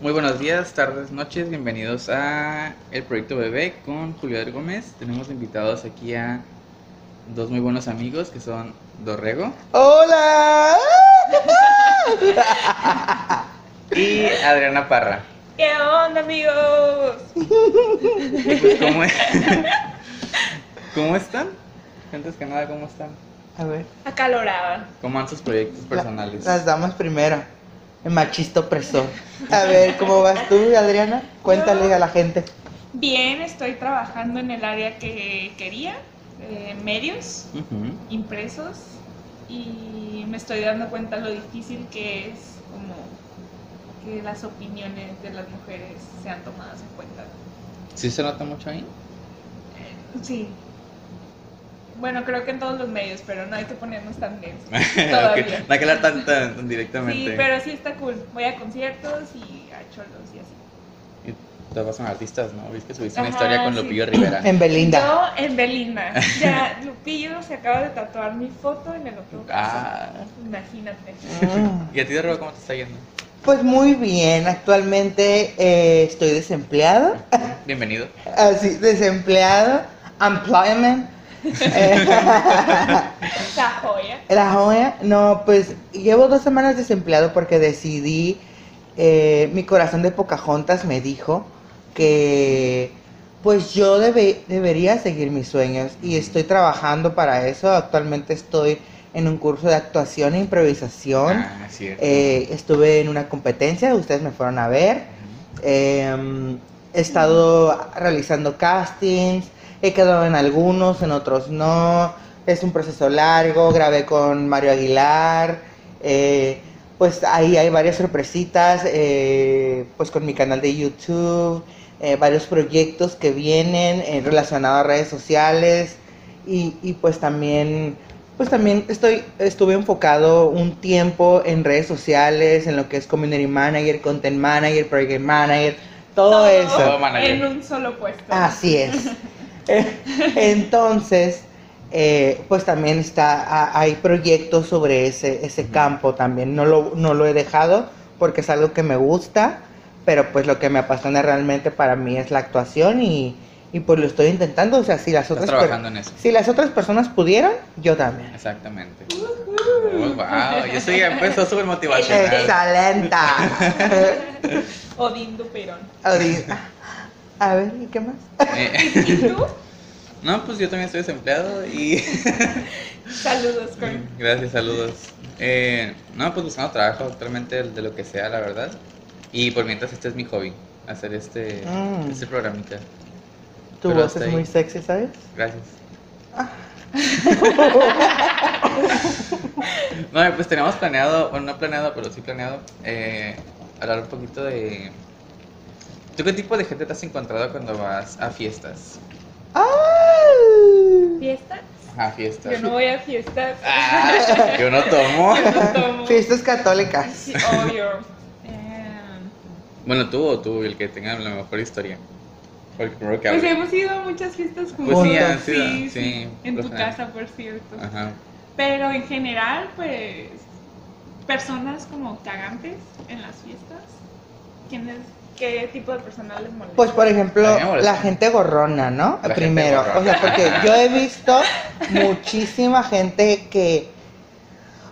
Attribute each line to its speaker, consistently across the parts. Speaker 1: Muy buenos días, tardes, noches, bienvenidos a El Proyecto Bebé con Julio Adel Gómez. Tenemos invitados aquí a dos muy buenos amigos que son Dorrego
Speaker 2: ¡Hola!
Speaker 1: y Adriana Parra.
Speaker 3: ¿Qué onda, amigos?
Speaker 1: Y pues, ¿cómo, es- ¿Cómo están? Antes que nada, ¿cómo están?
Speaker 2: A ver,
Speaker 3: Acalorada.
Speaker 1: ¿Cómo van sus proyectos
Speaker 2: la-
Speaker 1: personales?
Speaker 2: las damas primero. El machista opresor. A ver, ¿cómo vas tú, Adriana? Cuéntale a la gente.
Speaker 3: Bien, estoy trabajando en el área que quería, eh, medios,
Speaker 1: Ujú.
Speaker 3: impresos, y me estoy dando cuenta lo difícil que es como que las opiniones de las mujeres sean tomadas en cuenta.
Speaker 1: ¿Sí se nota mucho ahí?
Speaker 3: Sí. Bueno, creo que en todos los medios, pero no hay que ponernos tan densos
Speaker 1: Ok,
Speaker 3: todavía.
Speaker 1: No hay que hablar tan, tan- tan
Speaker 3: Sí,
Speaker 1: directamente.
Speaker 3: pero sí está cool. Voy a conciertos y a cholos y así.
Speaker 1: Y te vas a artistas, ¿no? Viste que subiste una
Speaker 3: Ajá,
Speaker 1: historia con
Speaker 3: sí.
Speaker 1: Lupillo Rivera.
Speaker 2: En Belinda.
Speaker 3: Yo en Belinda. Ya, Lupillo se acaba de tatuar mi foto en el otro brazo.
Speaker 1: Ah.
Speaker 3: Imagínate.
Speaker 2: Mm.
Speaker 1: ¿Y a ti, Dorrego, cómo te está yendo?
Speaker 2: Pues muy bien, actualmente eh, estoy desempleado.
Speaker 1: Bienvenido.
Speaker 2: Así, desempleado. Employment. Eh,
Speaker 3: La joya.
Speaker 2: La joya, no, pues llevo dos semanas desempleado porque decidí, eh, mi corazón de Pocahontas me dijo que pues yo debe- debería seguir mis sueños y estoy trabajando para eso. Actualmente estoy en un curso de actuación e improvisación.
Speaker 1: Ah, cierto.
Speaker 2: Eh, estuve en una competencia, ustedes me fueron a ver. Eh, he estado realizando castings, he quedado en algunos, en otros no. Es un proceso largo, grabé con Mario Aguilar. eh, pues ahí hay varias sorpresitas, eh, pues con mi canal de YouTube, eh, varios proyectos que vienen eh, relacionados a redes sociales y, y pues también pues también estoy, estuve enfocado un tiempo en redes sociales, en lo que es community manager, content manager, project manager, todo, eso. Ah,
Speaker 1: Todo manager.
Speaker 3: En un solo puesto.
Speaker 2: Así es. Entonces, eh, pues también está, ha- hay proyectos sobre ese, ese
Speaker 1: Ujú.
Speaker 2: campo también. No lo, no lo he dejado porque es algo que me gusta, pero pues lo que me apasiona realmente para mí es la actuación y, y pues lo estoy intentando. O sea, si las
Speaker 1: Estás
Speaker 2: otras per-
Speaker 1: trabajando en eso.
Speaker 2: si las otras personas pudieran, yo también.
Speaker 1: Exactamente. Oh, Uy, wow, y eso ya empezó pues, súper motivacional.
Speaker 2: Excelente.
Speaker 3: Odín Duperón.
Speaker 2: Ahorita. A ver, ¿y qué más?
Speaker 1: Eh,
Speaker 3: ¿Y tú?
Speaker 1: no, pues yo también estoy desempleado y
Speaker 3: Saludos, Kurt.
Speaker 1: gracias, saludos. Eh, no, pues buscando trabajo actualmente de lo que sea, la verdad. Y por mientras este es mi hobby, hacer este,
Speaker 2: Mm.
Speaker 1: este programita.
Speaker 2: Tu
Speaker 1: Pero
Speaker 2: voz
Speaker 1: hasta
Speaker 2: es
Speaker 1: ahí.
Speaker 2: muy sexy, ¿sabes?
Speaker 1: Gracias.
Speaker 2: Ah.
Speaker 1: No, pues tenemos planeado, bueno, no planeado, pero sí planeado, eh, hablar un poquito de... ¿Tú qué tipo de gente te has encontrado cuando vas a fiestas? Ah.
Speaker 2: ¡Ay!
Speaker 3: ¿Fiestas?
Speaker 1: A fiestas.
Speaker 3: Yo no voy a fiestas.
Speaker 1: Ah, yo no tomo.
Speaker 3: Yo no tomo.
Speaker 2: Fiestas católicas.
Speaker 3: Sí, obvio. Eh,
Speaker 1: Bueno, tú o tú, el que tenga la mejor historia. Porque primero que
Speaker 3: Pues
Speaker 1: hable.
Speaker 3: hemos ido a muchas fiestas
Speaker 1: Pues
Speaker 2: sí,
Speaker 3: juntos.
Speaker 2: han
Speaker 1: sido, sí,
Speaker 3: sí, sí. En tu
Speaker 1: los-
Speaker 3: casa, por cierto.
Speaker 1: Ajá.
Speaker 3: Pero en general, pues, personas como cagantes en las fiestas. ¿Quién es- ¿Qué tipo de personas les molesta?
Speaker 2: Pues por ejemplo,
Speaker 1: A mí me molesta.
Speaker 2: la gente gorrona, ¿no?
Speaker 1: La gente
Speaker 2: Primero,
Speaker 1: gorrona.
Speaker 2: o sea, porque yo he visto muchísima gente que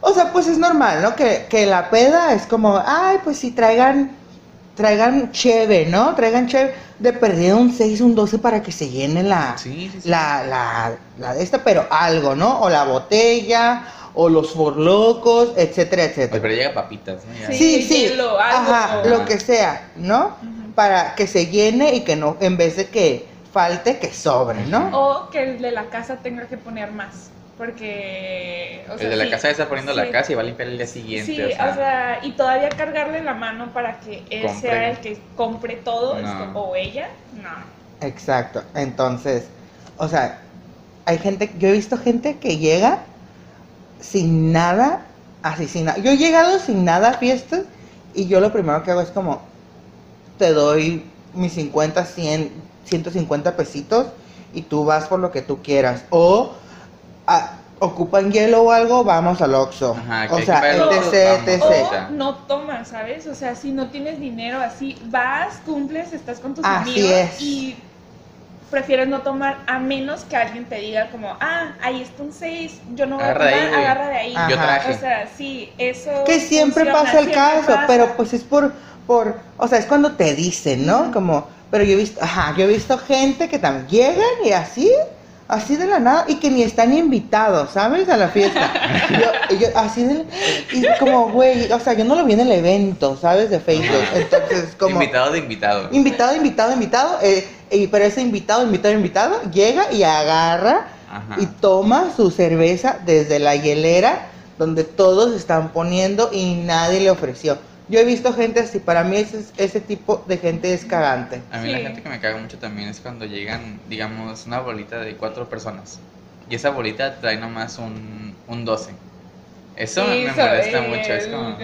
Speaker 2: o sea, pues es normal, ¿no? Que, que la peda es como, ay, pues si traigan traigan cheve, ¿no? Traigan cheve de perdido un 6, un 12 para que se llene la
Speaker 1: Sí, sí, sí.
Speaker 2: la, la, la de esta, pero algo, ¿no? O la botella o los forlocos, etcétera,
Speaker 1: Oye,
Speaker 2: etcétera.
Speaker 1: pero llega papitas, ¿no? Ya.
Speaker 3: Sí.
Speaker 2: Sí, sí.
Speaker 3: hielo, algo.
Speaker 2: Ajá, lo que sea, ¿no?
Speaker 3: Ujú.
Speaker 2: Para que se llene y que no, en vez de que falte, que sobre, ¿no?
Speaker 3: O que el de la casa tenga que poner más. Porque. O sea,
Speaker 1: el de la
Speaker 3: sí,
Speaker 1: casa está poniendo la
Speaker 3: sí.
Speaker 1: casa y va a limpiar el día siguiente.
Speaker 3: Sí,
Speaker 1: o sea,
Speaker 3: y todavía cargarle la mano para que él
Speaker 1: Compre.
Speaker 3: sea el que compre todo es
Speaker 1: No.
Speaker 3: como- o ella. No.
Speaker 2: Exacto. Entonces, o sea, hay gente, yo he visto gente que llega sin nada, así sin nada. Yo he llegado sin nada a fiestas y yo lo primero que hago es como, te doy mis 50, 100, 150 pesitos y tú vas por lo que tú quieras. O, a- ah, ocupan hielo o algo, vamos al Oxxo.
Speaker 1: Ajá, que
Speaker 2: O
Speaker 1: hay
Speaker 2: sea,
Speaker 1: que pagar
Speaker 3: el
Speaker 2: etc,
Speaker 1: Oxxo, vamos.
Speaker 2: etc.
Speaker 3: O no tomas, ¿sabes? O sea, si no tienes dinero, así vas, cumples, estás con tus
Speaker 2: Así
Speaker 3: amigos
Speaker 2: es.
Speaker 3: y prefieres no tomar a menos que alguien te diga como, ah, ahí está un 6, yo no voy
Speaker 1: Agarra de
Speaker 3: a
Speaker 1: ahí,
Speaker 3: tomar,
Speaker 1: güey.
Speaker 3: agarra de ahí.
Speaker 2: Ajá.
Speaker 1: Yo traje.
Speaker 3: O sea, sí, eso
Speaker 2: Que siempre
Speaker 3: funciona,
Speaker 2: pasa el
Speaker 3: siempre
Speaker 2: caso,
Speaker 3: pasa.
Speaker 2: pero pues es por, por, o sea, es cuando te dicen, ¿no?
Speaker 3: Ujú.
Speaker 2: Como, pero yo he visto, ajá, yo he visto gente que también llegan y así, así de la nada, y que ni están invitados, ¿sabes? A la fiesta. Yo, yo, así de, y como, güey, o sea, yo no lo vi en el evento, ¿sabes? De Facebook,
Speaker 1: Ajá.
Speaker 2: entonces, como...
Speaker 1: Invitado de invitado.
Speaker 2: Invitado, invitado, invitado, eh, eh, pero ese invitado, invitado, invitado, llega y agarra
Speaker 1: Ajá.
Speaker 2: y toma su cerveza desde la hielera donde todos están poniendo y nadie le ofreció. Yo he visto gente así, para mí ese, ese tipo de gente es cagante.
Speaker 1: A mí la
Speaker 3: Sí.
Speaker 1: gente que me caga mucho también es cuando llegan, digamos, una bolita de cuatro personas. Y esa bolita trae nomás un, un 12. Eso
Speaker 3: Sí,
Speaker 1: me
Speaker 3: so-
Speaker 1: molesta
Speaker 3: eh,
Speaker 1: mucho. Es como.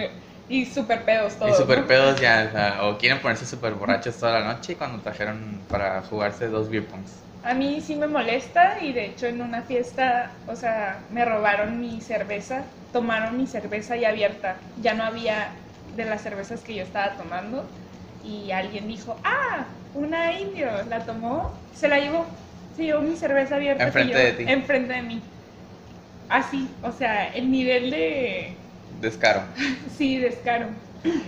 Speaker 3: Y super pedos todos.
Speaker 1: Y super
Speaker 3: ¿no?
Speaker 1: pedos ya, o, sea, o quieren ponerse super borrachos toda la noche cuando trajeron para jugarse dos beer pongs.
Speaker 3: A mí sí me molesta y de hecho en una fiesta, o sea, me robaron mi cerveza, tomaron mi cerveza ya abierta, ya no había de las cervezas que yo estaba tomando y alguien dijo, ah, una indio, la tomó, se la llevó, se llevó mi cerveza abierta. que
Speaker 1: Enfrente
Speaker 3: yo-
Speaker 1: de ti.
Speaker 3: Enfrente de mí. Así, o sea, el nivel de,
Speaker 1: Descaro.
Speaker 3: sí, descaro.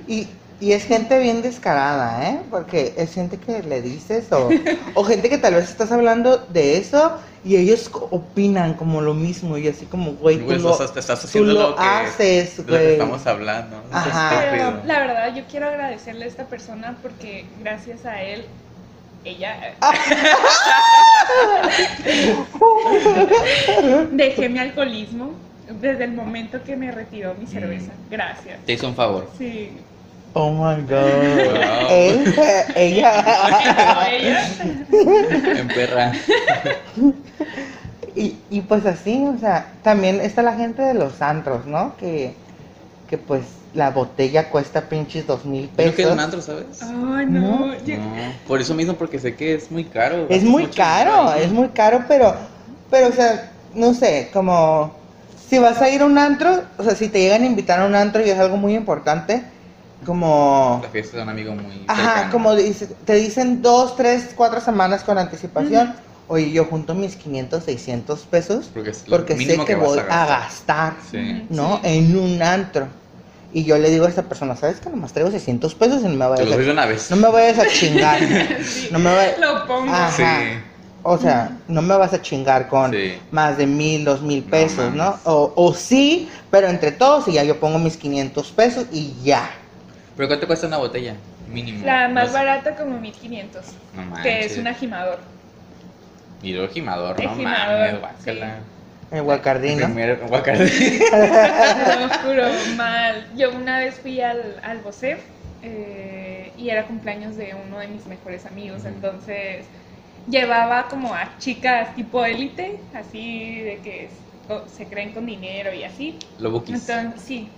Speaker 2: Y, y es gente bien descarada, ¿eh? Porque es gente que le dices o, o gente que tal vez estás hablando de eso y ellos co- opinan como lo mismo y así como, güey, tú
Speaker 1: Güey,
Speaker 2: lo,
Speaker 1: o sea, te estás
Speaker 2: tú
Speaker 1: haciendo
Speaker 2: lo
Speaker 1: lo que,
Speaker 2: haces,
Speaker 1: de lo que
Speaker 2: güey.
Speaker 1: estamos hablando. Es
Speaker 2: Ajá.
Speaker 1: estúpido.
Speaker 3: Pero la verdad, yo quiero agradecerle a esta persona porque gracias a él, ella, eh,
Speaker 2: Ah.
Speaker 3: dejé mi alcoholismo desde el momento que me retiró mi cerveza.
Speaker 2: Mm.
Speaker 3: Gracias.
Speaker 1: Te hizo un favor.
Speaker 3: Sí.
Speaker 2: Oh my god.
Speaker 1: Wow.
Speaker 2: Él, ella.
Speaker 3: Pero ella,
Speaker 1: En perra.
Speaker 2: Y, y pues así, o sea, también está la gente de los antros, ¿no? Que, que pues la botella cuesta pinches dos mil
Speaker 1: Creo que es
Speaker 2: pesos.
Speaker 1: un antro, ¿sabes?
Speaker 3: Ay, no.
Speaker 2: No.
Speaker 3: yo-
Speaker 1: No, por eso mismo, porque sé que es muy caro.
Speaker 2: Es
Speaker 1: gastas
Speaker 2: muy
Speaker 1: mucho
Speaker 2: caro,
Speaker 1: dinero ahí.
Speaker 2: es muy caro, pero, pero, o sea, no sé, como si vas a ir a un antro, o sea, si te llegan a invitar a un antro y es algo muy importante, como...
Speaker 1: La fiesta de un amigo muy.
Speaker 2: Ajá,
Speaker 1: cercano.
Speaker 2: como dice, te dicen dos, tres, cuatro semanas con anticipación.
Speaker 3: Ujú.
Speaker 2: Oye, yo junto mis 500, 600 pesos
Speaker 1: Porque es lo
Speaker 2: porque sé
Speaker 1: mínimo
Speaker 2: que,
Speaker 1: que vas
Speaker 2: voy
Speaker 1: a
Speaker 2: a
Speaker 1: gastar.
Speaker 2: gastar,
Speaker 1: Sí.
Speaker 2: ¿no?
Speaker 3: Sí.
Speaker 2: En un antro. Y yo le digo a esta persona, ¿sabes que nomás traigo 600 pesos y no me
Speaker 1: Te
Speaker 2: vayas
Speaker 1: lo doy de
Speaker 2: a,
Speaker 1: una vez.
Speaker 2: no me vayas a chingar?
Speaker 3: sí,
Speaker 2: No me vayas...
Speaker 3: Lo pongo.
Speaker 2: Ah,
Speaker 1: Sí.
Speaker 2: Ajá. O sea, no me vas a chingar con
Speaker 1: Sí.
Speaker 2: más de mil, dos mil
Speaker 1: No
Speaker 2: pesos, ¿no?
Speaker 1: mames.
Speaker 2: O, o sí, pero entre todos y ya yo pongo mis 500 pesos y ya.
Speaker 1: Pero ¿cuánto cuesta una botella? Mínimo.
Speaker 3: La
Speaker 1: No
Speaker 3: más
Speaker 1: sé.
Speaker 3: barata como 1500,
Speaker 1: No manches.
Speaker 2: Ah,
Speaker 3: que es una jimador.
Speaker 1: Y luego gimador,
Speaker 3: Es
Speaker 1: no
Speaker 3: jimador,
Speaker 1: mames, guácala.
Speaker 2: El guacardino.
Speaker 1: Primer guacardín.
Speaker 3: Te lo juro, mal. Yo una vez fui al, al Bocef eh, y era cumpleaños de uno de mis mejores amigos,
Speaker 1: Ujú.
Speaker 3: entonces llevaba como a chicas tipo élite, así de que co- se creen con dinero y así.
Speaker 1: Lo buquis.
Speaker 3: Entonces, sí.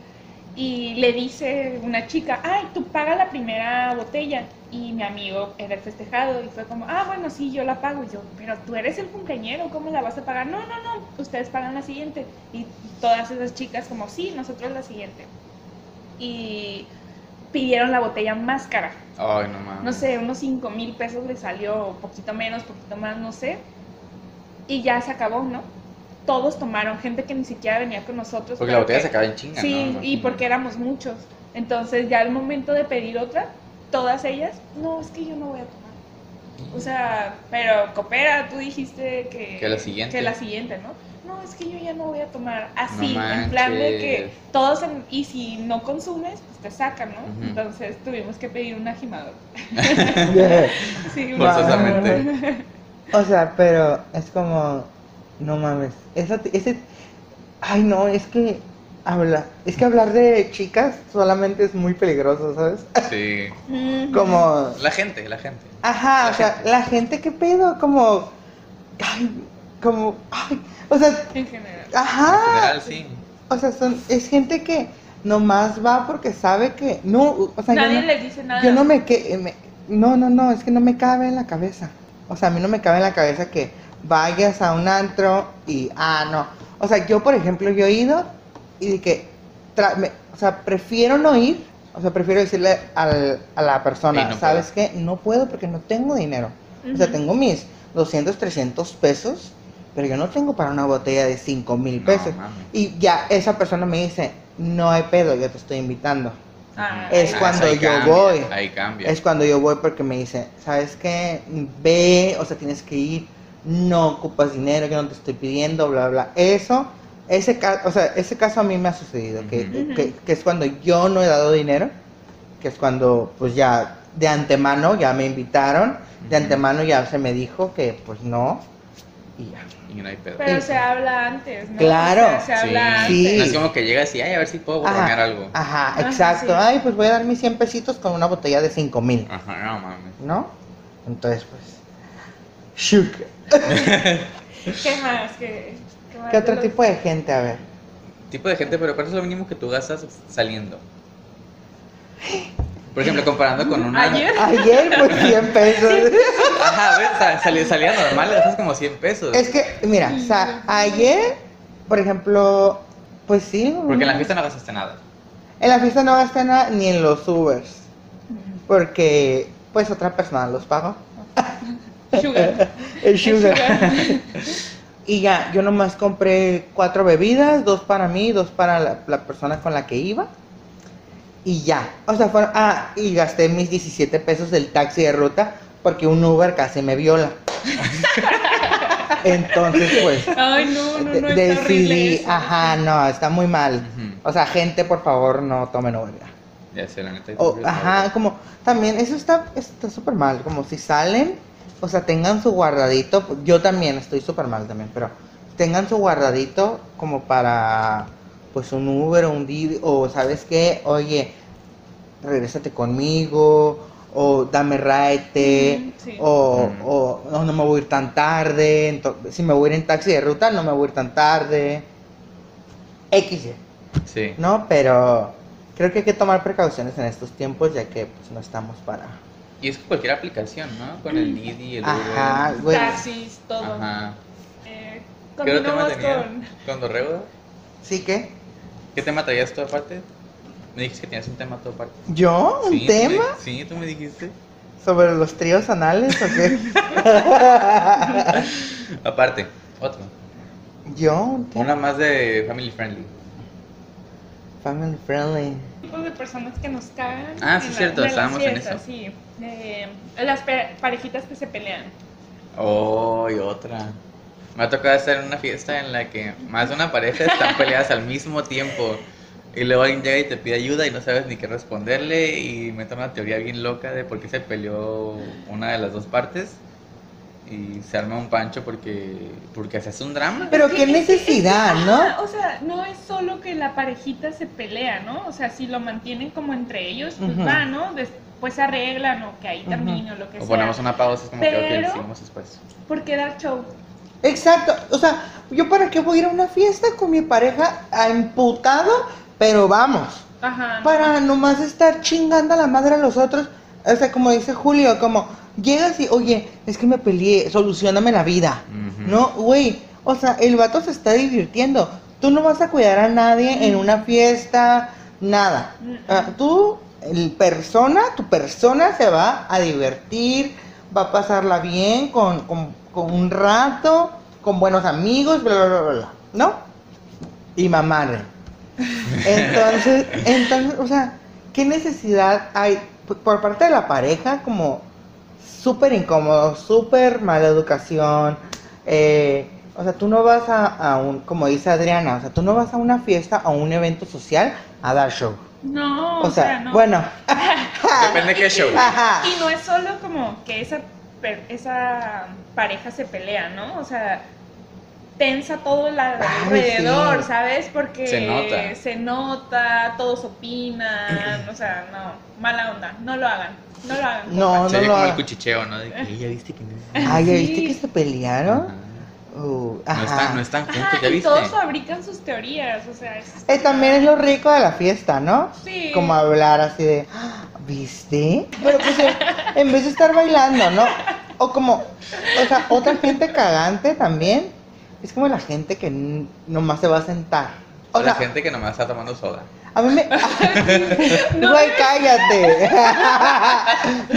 Speaker 3: Y le dice una chica, ay, tú paga la primera botella. Y mi amigo era el festejado y fue como, ah, bueno, sí, yo la pago. Y yo, pero tú eres el cumpleañero, ¿cómo la vas a pagar? No, no, no, ustedes pagan la siguiente. Y todas esas chicas como, sí, nosotros la siguiente. Y pidieron la botella más cara.
Speaker 1: Ay, no mames.
Speaker 3: No sé, unos 5 mil pesos le salió, poquito menos, poquito más, no sé. Y ya se acabó, ¿no? Todos tomaron, gente que ni siquiera venía con nosotros.
Speaker 1: Porque la
Speaker 3: pero
Speaker 1: botella
Speaker 3: que-
Speaker 1: se acaba en chinga,
Speaker 3: Sí,
Speaker 1: ¿no?
Speaker 3: y porque éramos muchos. Entonces, ya al momento de pedir otra, todas ellas, no, es que yo no voy a tomar. O sea, pero coopera, tú dijiste que.
Speaker 1: Que la siguiente.
Speaker 3: Que la siguiente, ¿no? No, es que yo ya no voy a tomar. Así,
Speaker 1: No
Speaker 3: en plan de que
Speaker 1: manches.
Speaker 3: todos. en- y si no consumes, pues te sacan, ¿no?
Speaker 1: Ujú.
Speaker 3: Entonces tuvimos que pedir un ajimador. Sí, un
Speaker 1: Forzosamente.
Speaker 3: ajimador.
Speaker 2: O sea, pero es como, no mames, esa, ese, ay no, es que habla, es que hablar de chicas solamente es muy peligroso, ¿sabes?
Speaker 1: Sí.
Speaker 3: Ujú.
Speaker 2: Como,
Speaker 1: La gente, la gente.
Speaker 2: ajá,
Speaker 1: La
Speaker 2: o sea,
Speaker 1: gente.
Speaker 2: la gente qué pedo, como, ay, como, ay, o sea,
Speaker 3: En general.
Speaker 1: En
Speaker 2: ajá,
Speaker 1: general, sí.
Speaker 2: o sea, son, es gente que nomás va porque sabe que, no, o sea, yo
Speaker 3: Nadie
Speaker 2: no-
Speaker 3: les dice nada.
Speaker 2: Yo no me, que, eh, me- No, no, no, es que no me cabe en la cabeza. O sea, a mí no me cabe en la cabeza que vayas a un antro y. Ah, no. O sea, yo, por ejemplo, yo he ido y de que, tra- me- o sea, prefiero no ir, o sea, prefiero decirle al- a la persona,
Speaker 1: Sí, no
Speaker 2: ¿sabes qué? No puedo porque no tengo dinero. O sea,
Speaker 3: Ujú.
Speaker 2: tengo mis 200, 300 pesos, pero yo no tengo para una botella de 5 mil
Speaker 1: No,
Speaker 2: pesos.
Speaker 1: mames.
Speaker 2: y ya esa persona me dice, no hay pedo, yo te estoy invitando.
Speaker 3: Ah,
Speaker 2: es
Speaker 3: ahí-
Speaker 2: cuando
Speaker 1: ahí
Speaker 2: yo
Speaker 1: cambia,
Speaker 2: voy.
Speaker 1: Ahí cambia.
Speaker 2: Es cuando yo voy porque me dice, ¿sabes qué? Ve, o sea, tienes que ir, no ocupas dinero, yo no te estoy pidiendo, bla, bla. Eso, ese caso, o sea, ese caso a mí me ha sucedido, que,
Speaker 3: Ujú.
Speaker 2: que- que es cuando yo no he dado dinero, que es cuando, pues ya, de antemano, ya me invitaron, de
Speaker 1: Ujú.
Speaker 2: antemano ya se me dijo que, pues no, y ya.
Speaker 1: Y no hay pedo.
Speaker 3: Pero
Speaker 2: Sí.
Speaker 3: se habla antes, ¿no?
Speaker 2: Claro.
Speaker 3: O sea, se habla
Speaker 2: Sí.
Speaker 1: No
Speaker 3: antes.
Speaker 1: es como que llegas y, ay, a ver si puedo
Speaker 2: Ajá. Ah.
Speaker 1: borronear algo.
Speaker 2: Ajá,
Speaker 3: Ajá,
Speaker 2: exacto.
Speaker 3: sí.
Speaker 2: Ay, pues voy a dar mis 100 pesitos con una botella de 5 mil,
Speaker 1: Ajá, no mames.
Speaker 2: ¿no? Entonces, pues, shook.
Speaker 3: ¿Qué más? ¿Qué, qué más de
Speaker 2: ¿Qué otro
Speaker 3: los-
Speaker 2: tipo de gente? A ver.
Speaker 1: Tipo de gente, pero ¿cuánto es lo mínimo que tú gastas saliendo? Por ejemplo, comparando con una.
Speaker 3: ¿Ayer?
Speaker 2: Ayer por 100 pesos.
Speaker 1: Ajá, ¿ves? Sa- sali- salida normal, le gastas como 100 pesos.
Speaker 2: Es que, mira, o sea, ayer, por ejemplo, pues sí.
Speaker 1: Porque en la fiesta no gastaste nada.
Speaker 2: en la fiesta no gasté nada ni en los Ubers. Porque, pues, otra persona los pagó.
Speaker 3: Sugar.
Speaker 2: El Ah. sugar. Y ya, yo nomás compré cuatro bebidas, dos para mí, dos para la, la persona con la que iba. Y ya. O sea, fueron, ah, y gasté mis 17 pesos del taxi de ruta porque un Uber casi me viola. Entonces, pues,
Speaker 3: Ay, no, no, no,
Speaker 2: de-
Speaker 3: está horrible
Speaker 2: decidí,
Speaker 3: eso.
Speaker 2: ajá, no, está muy mal.
Speaker 1: Ujú.
Speaker 2: O sea, gente, por favor, no tomen Uber.
Speaker 1: Ya sé, la neta.
Speaker 2: O, Oh, ajá, como, también, eso está está súper mal, como si salen, o sea, tengan su guardadito, yo también estoy súper mal también, pero tengan su guardadito como para, pues, un Uber o un Didi, o, ¿sabes qué? Oye, regrésate conmigo, o dame raite,
Speaker 3: Mm, sí.
Speaker 2: o,
Speaker 1: Mm.
Speaker 2: o, no, no me voy a ir tan tarde, ento- si me voy a ir en taxi de ruta, no me voy a ir tan tarde, X,
Speaker 1: Sí.
Speaker 2: no, pero creo que hay que tomar precauciones en estos tiempos, ya que pues, no estamos para.
Speaker 1: Y es cualquier aplicación, ¿no? Con el Didi, el Uber.
Speaker 2: Ajá, güey.
Speaker 3: Taxis, todo.
Speaker 1: Ajá.
Speaker 3: Eh,
Speaker 1: ¿Qué otro tema
Speaker 3: continuamos
Speaker 1: tenías?
Speaker 3: con...
Speaker 1: ¿Con Dorrego?
Speaker 2: ¿Sí que?
Speaker 1: ¿Qué tema traías tú aparte? Me dijiste que tenías un tema tú aparte.
Speaker 2: ¿Yo? ¿Un
Speaker 1: Sí, tú me-
Speaker 2: tema?
Speaker 1: sí, tú me dijiste.
Speaker 2: ¿Sobre los tríos anales o qué?
Speaker 1: Aparte, otro.
Speaker 2: ¿Yo? ¿Un tema?
Speaker 1: Una más de Family Friendly.
Speaker 2: Family friendly.
Speaker 3: tipos de personas que nos cagan.
Speaker 1: Ah, sí,
Speaker 3: en la-
Speaker 1: cierto,
Speaker 3: las
Speaker 1: estábamos en
Speaker 3: fiestas,
Speaker 1: eso.
Speaker 3: Sí. Eh, las pe- parejitas que se pelean.
Speaker 1: Oh, y otra. Me ha tocado estar en una fiesta en la que más de una pareja están peleadas al mismo tiempo. Y luego alguien llega y te pide ayuda y no sabes ni qué responderle. Y me una teoría bien loca de por qué se peleó una de las dos partes. Y se arma un pancho porque, porque haces un drama.
Speaker 2: Pero
Speaker 3: Es que-
Speaker 2: qué
Speaker 3: es que- es que-
Speaker 2: necesidad,
Speaker 3: ajá,
Speaker 2: ¿no?
Speaker 3: Ah, O sea, no es solo que la parejita se pelea, ¿no? O sea, si lo mantienen como entre ellos, pues
Speaker 2: Ujú.
Speaker 3: va, ¿no? Después se arreglan o que ahí
Speaker 2: Ujú.
Speaker 3: termine o lo que
Speaker 1: O
Speaker 3: sea.
Speaker 1: ponemos una pausa, es como que ok,
Speaker 3: Pero-
Speaker 1: seguimos después.
Speaker 3: ¿Por qué dar show?
Speaker 2: Exacto. O sea, ¿yo para qué voy a ir a una fiesta con mi pareja a imputado? Pero vamos.
Speaker 3: Ajá.
Speaker 2: para nomás estar chingando a la madre a los otros. O sea, como dice Julio, como llegas y, oye, es que me peleé, solucioname la vida.
Speaker 1: Ujú.
Speaker 2: No, güey, o sea, el vato se está divirtiendo. Tú no vas a cuidar a nadie en una fiesta, nada.
Speaker 3: Mm.
Speaker 2: Ah, Tú, el persona, tu persona se va a divertir, va a pasarla bien con, con- con un rato, con buenos amigos, bla, bla, bla, bla, bla, ¿no? Y mamarre. Entonces, entonces, o sea, ¿qué necesidad hay por- por parte de la pareja? Como súper incómodo, súper mala educación. eh, o sea, tú no vas a, a un, como dice Adriana, o sea, tú no vas a una fiesta, a un evento social a dar show.
Speaker 3: No,
Speaker 2: O sea,
Speaker 3: no.
Speaker 2: bueno.
Speaker 1: Depende de qué show.
Speaker 2: Ajá.
Speaker 3: Y no es solo como que esa, per- esa pareja se pelea, ¿no? O sea, tensa todo el alrededor,
Speaker 2: sí.
Speaker 3: ¿sabes? Porque
Speaker 1: Se nota.
Speaker 3: se nota, todos opinan, o sea, no, mala onda, no lo hagan, no lo hagan.
Speaker 2: No, no
Speaker 1: Ah, Sería
Speaker 2: lo
Speaker 1: como el
Speaker 2: hagas.
Speaker 1: cuchicheo, ¿no? De que "Ey, ya viste que no es.
Speaker 2: Ay, ¿ya
Speaker 3: Sí.
Speaker 2: viste que se
Speaker 1: Ajá.
Speaker 2: pelearon? Uh,
Speaker 1: No
Speaker 2: ajá.
Speaker 1: están, no están juntos,
Speaker 3: Ajá,
Speaker 1: ¿ya
Speaker 3: y
Speaker 1: viste?
Speaker 3: todos fabrican sus teorías, o sea, es...
Speaker 2: Eh, también es lo rico de la fiesta, ¿no?
Speaker 3: Sí.
Speaker 2: Como hablar así de, "Ah, ¿viste? Pero pues eh, en vez de estar bailando, ¿no? O como, o sea, otra gente cagante también Es como la gente que n- nomás se va a sentar. O
Speaker 1: O la
Speaker 2: sea,
Speaker 1: gente que nomás está tomando soda.
Speaker 2: a mí me.
Speaker 3: No.
Speaker 2: Güey, cállate.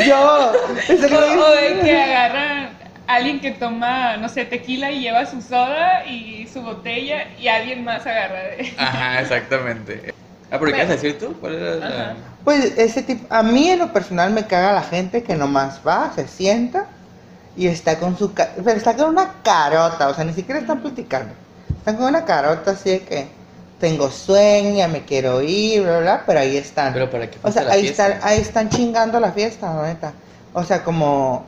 Speaker 2: Yo. es el
Speaker 3: O,
Speaker 2: güey-
Speaker 3: o de que agarran a alguien que toma, no sé, tequila y lleva su soda y su botella y alguien más agarra de...
Speaker 1: Ajá, exactamente. Ah, pero ¿qué vas a decir tú? ¿Cuál era la...?
Speaker 3: Ajá.
Speaker 2: Pues ese tipo. A mí en lo personal me caga la gente que nomás va, se sienta y está con su. ca- Pero está con una carota, o sea, ni siquiera están platicando. Están con una carota así de que tengo sueño, me quiero ir, bla, bla, bla, pero ahí están.
Speaker 1: Pero para qué
Speaker 2: O
Speaker 1: fuiste
Speaker 2: sea,
Speaker 1: a la
Speaker 2: ahí,
Speaker 1: fiesta?
Speaker 2: están, ahí están chingando la fiesta, la neta. O sea, como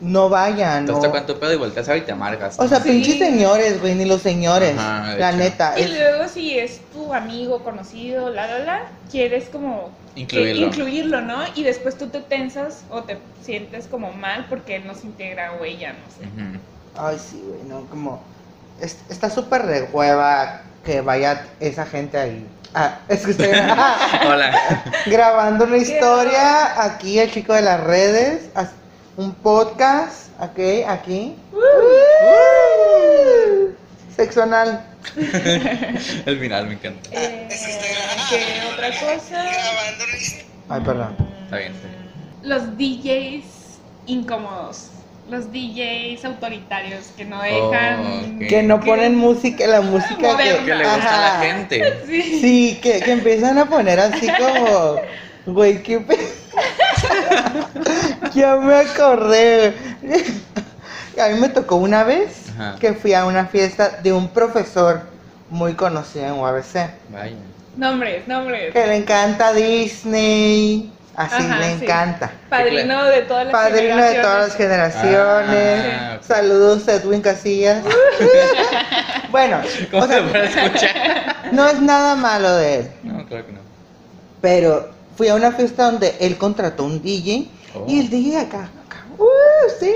Speaker 2: no vayan.
Speaker 1: Te
Speaker 2: o-
Speaker 1: has tocado en tu pedo y volteas a ver y te amargas.
Speaker 2: O sea,
Speaker 3: Sí.
Speaker 2: pinches señores, güey, ni los señores.
Speaker 1: Ajá, de
Speaker 2: la
Speaker 1: hecho.
Speaker 2: neta.
Speaker 3: Y
Speaker 2: es-
Speaker 3: luego si es tu amigo, conocido, la, la, la, quieres como que
Speaker 1: Incluirlo.
Speaker 3: incluirlo, ¿no? Y después tú te tensas o te sientes como mal porque él no se integra o ella, no sé.
Speaker 1: Ujú.
Speaker 2: Ay, sí, güey, no, como. es- está súper de hueva que vaya esa gente ahí. Ah, es que estoy gra-
Speaker 1: Hola.
Speaker 2: grabando una
Speaker 3: Qué
Speaker 2: historia aquí, el chico de las redes, as- un podcast, ok, aquí.
Speaker 3: Uh.
Speaker 2: Sexo anal.
Speaker 1: El final me encanta.
Speaker 3: Eh, ¿Qué otra cosa?
Speaker 2: Ay, perdón.
Speaker 1: Está bien, está bien.
Speaker 3: Los DJs incómodos. Los DJs autoritarios que no
Speaker 1: Oh,
Speaker 3: dejan...
Speaker 1: ok.
Speaker 2: Que no
Speaker 3: ¿Qué?
Speaker 2: ponen música, la música que,
Speaker 3: Moderna.
Speaker 1: Que le gusta a
Speaker 2: Ajá.
Speaker 1: la gente.
Speaker 3: Sí.
Speaker 2: Sí, que, que empiezan a poner así como, güey, qué pe... Yo me acordé. A mí me tocó una vez
Speaker 1: Ajá.
Speaker 2: que fui a una fiesta de un profesor muy conocido en UABC,
Speaker 1: Vaya.
Speaker 3: Nombres, nombres.
Speaker 2: que le encanta Disney, así
Speaker 3: Ajá,
Speaker 2: le
Speaker 3: sí.
Speaker 2: encanta.
Speaker 3: Padrino de todas las
Speaker 2: Padrino de todas las
Speaker 3: generaciones.
Speaker 2: generaciones.
Speaker 1: Ah, ok.
Speaker 2: Saludos, Edwin Casillas. bueno,
Speaker 1: ¿Cómo
Speaker 2: o sea,
Speaker 1: se puede escuchar?
Speaker 2: no es nada malo de él.
Speaker 1: No, claro que no.
Speaker 2: Pero fui a una fiesta donde él contrató un DJ
Speaker 1: Oh.
Speaker 2: y el DJ acá, acá, ¡uh, sí!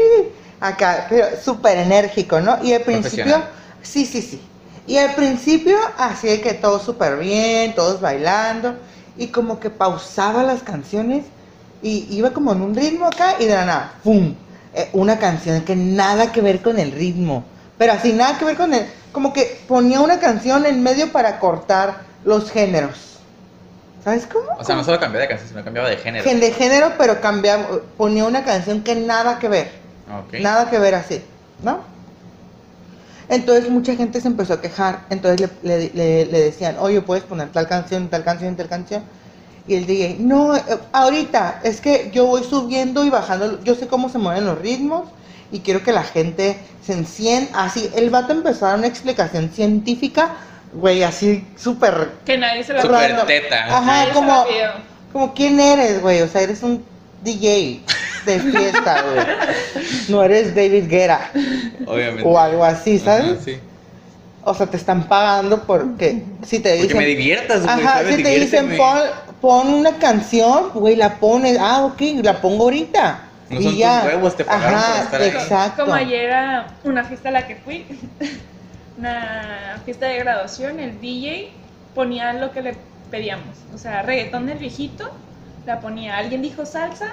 Speaker 2: Acá, pero súper enérgico, ¿no? Y al principio,
Speaker 1: Profesional.
Speaker 2: sí, sí, sí. Y al principio, así de que todo súper bien, todos bailando, y como que pausaba las canciones y iba como en un ritmo acá y de la nada, ¡pum! Eh, una canción que nada que ver con el ritmo, pero así nada que ver con el, como que ponía una canción en medio para cortar los géneros. ¿Sabes cómo?
Speaker 1: O sea, no solo cambiaba de canción, sino cambiaba de género.
Speaker 2: Gen- de género, pero cambiaba, ponía una canción que nada que ver,
Speaker 1: Ok.
Speaker 2: nada que ver así, ¿no? Entonces mucha gente se empezó a quejar, entonces le, le- le- le decían, oye, puedes poner tal canción, tal canción, tal canción. Y el DJ, no, eh, ahorita es que yo voy subiendo y bajando, yo sé cómo se mueven los ritmos y quiero que la gente se encienda. Así, el vato empezó a dar una explicación científica, güey, así súper
Speaker 3: Que nadie se lo
Speaker 2: Super
Speaker 1: Súper
Speaker 2: random.
Speaker 1: teta.
Speaker 2: Ajá,
Speaker 3: nadie se
Speaker 2: como-
Speaker 3: lo pidió.
Speaker 2: Como, ¿quién eres, güey? O sea, eres un DJ de fiesta, güey. No eres David Guerra
Speaker 1: Obviamente.
Speaker 2: o algo así, ¿sabes?
Speaker 1: Ajá, sí.
Speaker 2: O sea, te están pagando porque si te
Speaker 1: Porque me
Speaker 2: dicen...
Speaker 1: diviertas, güey.
Speaker 2: Ajá,
Speaker 1: ¿sabes?
Speaker 2: si te dicen
Speaker 1: Diviérteme.
Speaker 2: pon, pon una canción, güey, la pones. Ah, ok, la pongo ahorita.
Speaker 1: No son tus huevos, te pagaron
Speaker 2: Ajá,
Speaker 1: por estar ahí.
Speaker 2: exacto.
Speaker 3: Como ayer a una fiesta a la que fui, una fiesta de graduación, el DJ ponía lo que le pedíamos. O sea, reggaetón del viejito, la ponía. Alguien dijo salsa,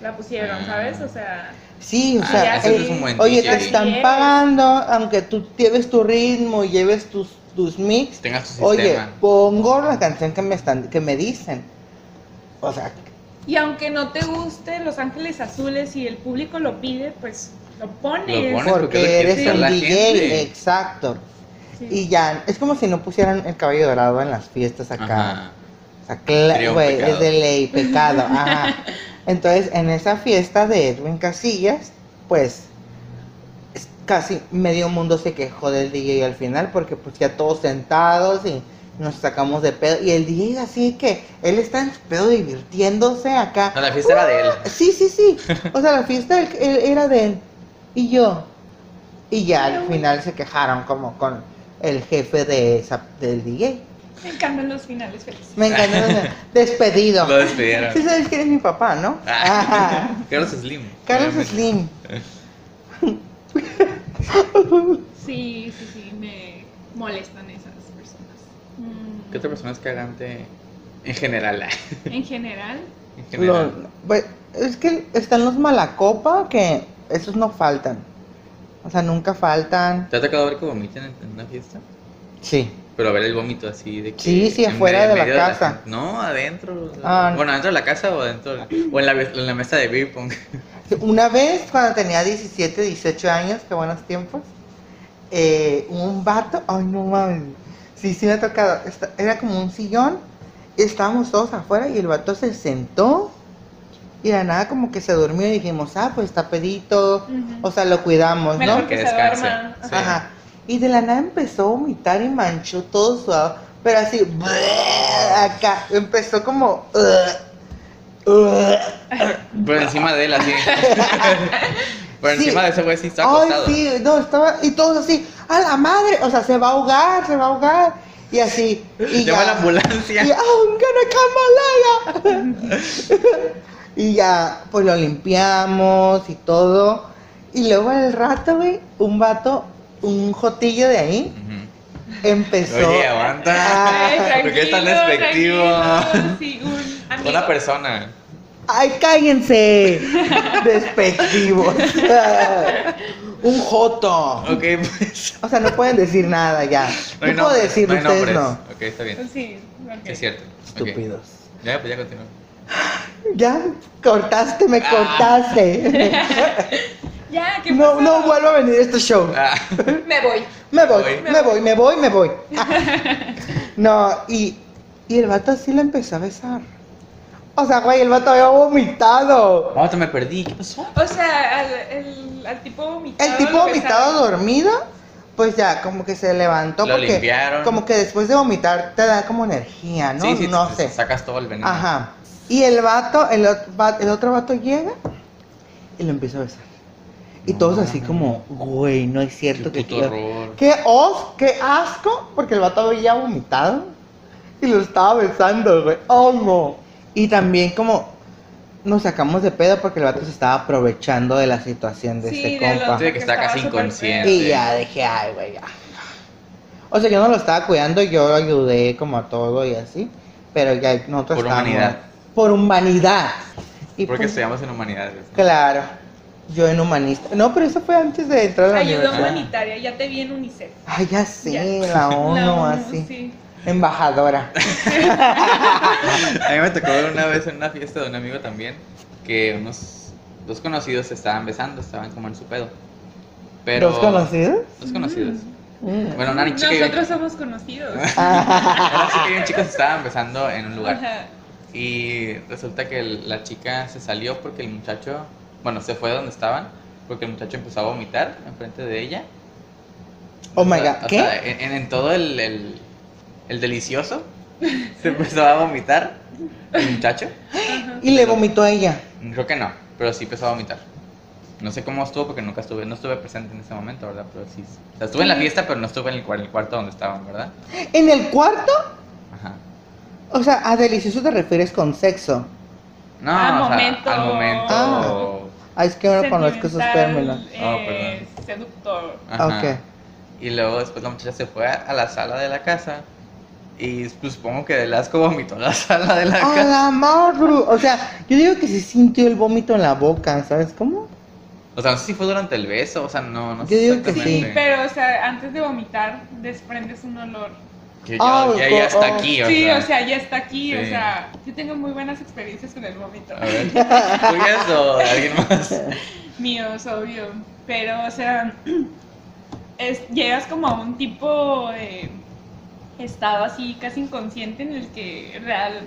Speaker 3: la pusieron,
Speaker 1: Ah.
Speaker 3: ¿sabes? O sea,
Speaker 2: Sí, o
Speaker 1: Ah,
Speaker 2: sea,
Speaker 3: ese
Speaker 2: eh,
Speaker 3: es un
Speaker 1: buen
Speaker 2: oye,
Speaker 1: DJ.
Speaker 2: te están pagando, aunque tú lleves tu ritmo, lleves tus, tus mix,
Speaker 1: Tengas tu
Speaker 2: Oye,
Speaker 1: sistema.
Speaker 2: pongo la canción que me están, que me dicen. O sea,
Speaker 3: y aunque no te guste Los Ángeles Azules y el público lo pide, pues lo pones.
Speaker 1: Lo pones. porque es lo
Speaker 2: porque
Speaker 1: que
Speaker 2: eres
Speaker 1: quiere
Speaker 2: un
Speaker 1: la
Speaker 2: DJ,
Speaker 1: gente.
Speaker 2: exacto.
Speaker 3: Sí.
Speaker 2: Y ya, es como si no pusieran el caballo dorado en las fiestas acá.
Speaker 1: Ajá.
Speaker 2: O sea, cla-
Speaker 1: Sería un
Speaker 2: güey,
Speaker 1: pecado.
Speaker 2: es de ley, pecado. Ajá. Entonces, en esa fiesta de Edwin Casillas, pues es- casi medio mundo se quejó del DJ al final porque pues ya todos sentados y nos sacamos de pedo. Y el DJ así que él está en su pedo divirtiéndose acá.
Speaker 1: No, la fiesta era de él.
Speaker 2: Sí, sí, sí. O sea, la fiesta del- él- era de él y yo. Y ya al final se quejaron como con el jefe de esa, del DJ.
Speaker 3: Me encantan los finales felices.
Speaker 2: Me encantó. Despedido.
Speaker 1: Lo despidieron.
Speaker 2: Sí sabes quién es mi papá, ¿no?
Speaker 1: Ah.
Speaker 2: Ajá.
Speaker 1: Carlos Slim.
Speaker 2: Carlos
Speaker 1: obviamente.
Speaker 2: Slim.
Speaker 3: Sí, sí, sí, me molestan esas personas. Mm,
Speaker 1: ¿Qué otra persona es cagante en general?
Speaker 3: En general,
Speaker 1: En general.
Speaker 2: Lo- pues, es que están los malacopa que esos no faltan. O sea, nunca faltan.
Speaker 1: ¿Te ha tocado ver que vomitan en, en una fiesta?
Speaker 2: Sí.
Speaker 1: Pero ver el vómito así de que
Speaker 2: Sí, sí,
Speaker 1: en
Speaker 2: afuera
Speaker 1: medio-
Speaker 2: de la
Speaker 1: medio
Speaker 2: casa.
Speaker 1: No, adentro. o sea,
Speaker 2: Ah, no.
Speaker 1: Bueno, adentro de la casa o adentro. O en la, en la mesa de beer pong.
Speaker 2: Una vez, cuando tenía 17, 18 años, qué buenos tiempos, eh, un vato, ay no mames, sí, sí me ha tocado, esta- era como un sillón, y estábamos todos afuera y el vato se sentó y de la nada como que se durmió y dijimos, ah, pues está pedito,
Speaker 3: Ujú.
Speaker 2: o sea, lo cuidamos, ¿no?
Speaker 3: Mejor que
Speaker 1: Que
Speaker 3: se
Speaker 1: descanse.
Speaker 3: duerma.
Speaker 1: Sí.
Speaker 2: Ajá. Y de la nada empezó a vomitar y manchó todo sudado. Pero así, acá, empezó como...
Speaker 1: Por encima de él, así. Por
Speaker 2: Sí.
Speaker 1: encima de ese güey, sí está
Speaker 2: Ay,
Speaker 1: acostado.
Speaker 2: sí, no, estaba, y todos así, a la madre, o sea, se va a ahogar, se va a ahogar, y así, y
Speaker 1: Llama a la
Speaker 2: ya,
Speaker 1: ambulancia.
Speaker 2: y, "Ah, I'm gonna come alive". y ya, pues lo limpiamos y todo, y luego al rato, güey, un vato, un jotillo de ahí,
Speaker 1: Ujú.
Speaker 2: empezó,
Speaker 1: Oye, aguanta.
Speaker 2: Ah,
Speaker 3: Ay,
Speaker 1: ¿por qué es tan
Speaker 3: tranquilo,
Speaker 1: despectivo?
Speaker 3: tranquilo. Sí, un amigo.
Speaker 1: Una persona.
Speaker 2: ay, cállense, despectivos, un joto,
Speaker 1: Ok, pues.
Speaker 2: o sea, no pueden decir nada ya,
Speaker 1: No hay
Speaker 2: yo puedo
Speaker 1: nombres,
Speaker 2: decirlo,
Speaker 1: no hay
Speaker 2: ustedes
Speaker 1: nombres.
Speaker 2: no.
Speaker 1: Ok, está bien.
Speaker 3: Sí, ok.
Speaker 1: Es cierto. Ok.
Speaker 2: Estúpidos.
Speaker 1: Ya, pues ya continúa.
Speaker 2: Ya, cortaste, me
Speaker 1: Ah.
Speaker 2: cortaste.
Speaker 3: Ya, ¿qué
Speaker 2: No,
Speaker 3: pasó?
Speaker 2: no vuelvo a venir a este show.
Speaker 1: Ah,
Speaker 3: Me voy.
Speaker 2: Me voy,
Speaker 1: Voy.
Speaker 2: me voy, me voy, me voy. Ah. No, y, y el vato sí la empezó a besar. O sea, güey, el vato había vomitado.
Speaker 1: Vato, Oh, me perdí. ¿Qué pasó?
Speaker 3: O sea, al, el- al tipo vomitado.
Speaker 2: El tipo
Speaker 3: lo
Speaker 2: vomitado
Speaker 3: besaron.
Speaker 2: dormido, pues ya, como que se levantó.
Speaker 1: Lo
Speaker 2: porque
Speaker 1: limpiaron.
Speaker 2: Como que después de vomitar te da como energía, Ah, ¿no?
Speaker 1: Sí, sí,
Speaker 2: no
Speaker 1: te-
Speaker 2: sé.
Speaker 1: te Sacas todo el veneno.
Speaker 2: Ajá. Y el vato, el, ot- va- el otro vato llega y lo empieza a besar. Y
Speaker 1: No
Speaker 2: todos así
Speaker 1: mames.
Speaker 2: como, güey, no es cierto
Speaker 1: Qué
Speaker 2: que
Speaker 1: puto horror.
Speaker 2: Qué os, qué asco, porque el vato había vomitado y lo estaba besando, güey. Oh, no. Y también como nos sacamos de pedo porque el vato se estaba aprovechando de la situación de
Speaker 3: Sí,
Speaker 2: este
Speaker 3: de los-
Speaker 2: compa.
Speaker 1: Sí, que está
Speaker 3: estaba
Speaker 1: casi
Speaker 3: súper
Speaker 1: inconsciente.
Speaker 2: Y ya dije, ay, güey, ya. O sea, yo no lo estaba cuidando, yo lo ayudé como a todo y así. Pero ya nosotros
Speaker 1: Por
Speaker 2: estábamos-
Speaker 1: humanidad.
Speaker 2: Por humanidad. Y
Speaker 1: Porque
Speaker 2: pues,
Speaker 1: estudiamos en humanidades. ¿no?
Speaker 2: Claro. Yo en humanista. No, pero eso fue antes de entrar a la
Speaker 3: Ayuda
Speaker 2: universidad.
Speaker 3: humanitaria, ya te vi en UNICEF.
Speaker 2: Ay, ya sé,
Speaker 3: Ya.
Speaker 2: la ONU,
Speaker 3: No,
Speaker 2: así.
Speaker 3: sí.
Speaker 2: Embajadora.
Speaker 1: A mí me tocó ver una vez en una fiesta de un amigo también que unos dos conocidos se estaban besando, estaban como en su pedo. Pero
Speaker 2: ¿Los conocidos?
Speaker 1: dos conocidos.
Speaker 2: Mm.
Speaker 1: Bueno, una chica y un
Speaker 3: Nosotros somos conocidos.
Speaker 2: Ah.
Speaker 1: una chica y un chico se estaban besando en un lugar.
Speaker 3: Ajá.
Speaker 1: Y resulta que el- la chica se salió porque el muchacho, bueno, se fue de donde estaban, porque el muchacho empezó a vomitar enfrente de ella.
Speaker 2: Oh
Speaker 1: O
Speaker 2: my
Speaker 1: sea-
Speaker 2: god,
Speaker 1: o
Speaker 2: ¿qué?
Speaker 1: sea, en- en, en todo el, el, el delicioso se empezó a vomitar el muchacho.
Speaker 3: Ajá.
Speaker 2: Y le vomitó a ella.
Speaker 1: Creo que no, pero sí empezó a vomitar. No sé cómo estuvo porque nunca estuve, no estuve presente en ese momento, ¿verdad? Pero sí. O sea, estuve en la fiesta, pero no estuve en el, cuar- el cuarto donde estaban, ¿verdad?
Speaker 2: ¿En el cuarto?
Speaker 1: Ajá.
Speaker 2: O sea, a delicioso te refieres con sexo.
Speaker 1: No,
Speaker 3: Al
Speaker 1: o sea,
Speaker 3: momento.
Speaker 1: al momento.
Speaker 2: Ay, Ah, es que yo no conozco esos
Speaker 3: Sentimental,
Speaker 2: términos.
Speaker 1: Oh,
Speaker 3: eh, seductor.
Speaker 1: Ajá.
Speaker 2: Ah, Ok.
Speaker 1: Y luego después la muchacha se fue a, a la sala de la casa y pues, supongo que del asco vomitó en la sala de la
Speaker 2: A
Speaker 1: casa.
Speaker 2: la marru. O sea, yo digo que se sintió el vómito en la boca, ¿sabes cómo?
Speaker 1: O sea, no sé si fue durante el beso, o sea, no, no
Speaker 2: Yo
Speaker 1: sé
Speaker 2: digo que sí.
Speaker 3: Sí,
Speaker 1: exactamente.
Speaker 3: pero o sea, antes de vomitar desprendes un olor.
Speaker 1: Que
Speaker 2: Ah,
Speaker 1: ya, ya, ya está
Speaker 2: oh.
Speaker 1: aquí, o
Speaker 3: sí,
Speaker 1: sea.
Speaker 3: o sea, ya está aquí, o
Speaker 1: Sí. Ah.
Speaker 3: sea, yo tengo muy buenas experiencias con el vómito.
Speaker 1: A ver, ¿tuyas o de alguien más?
Speaker 3: Míos, obvio, pero o sea, es- llegas como a un tipo de estado así casi inconsciente en el que real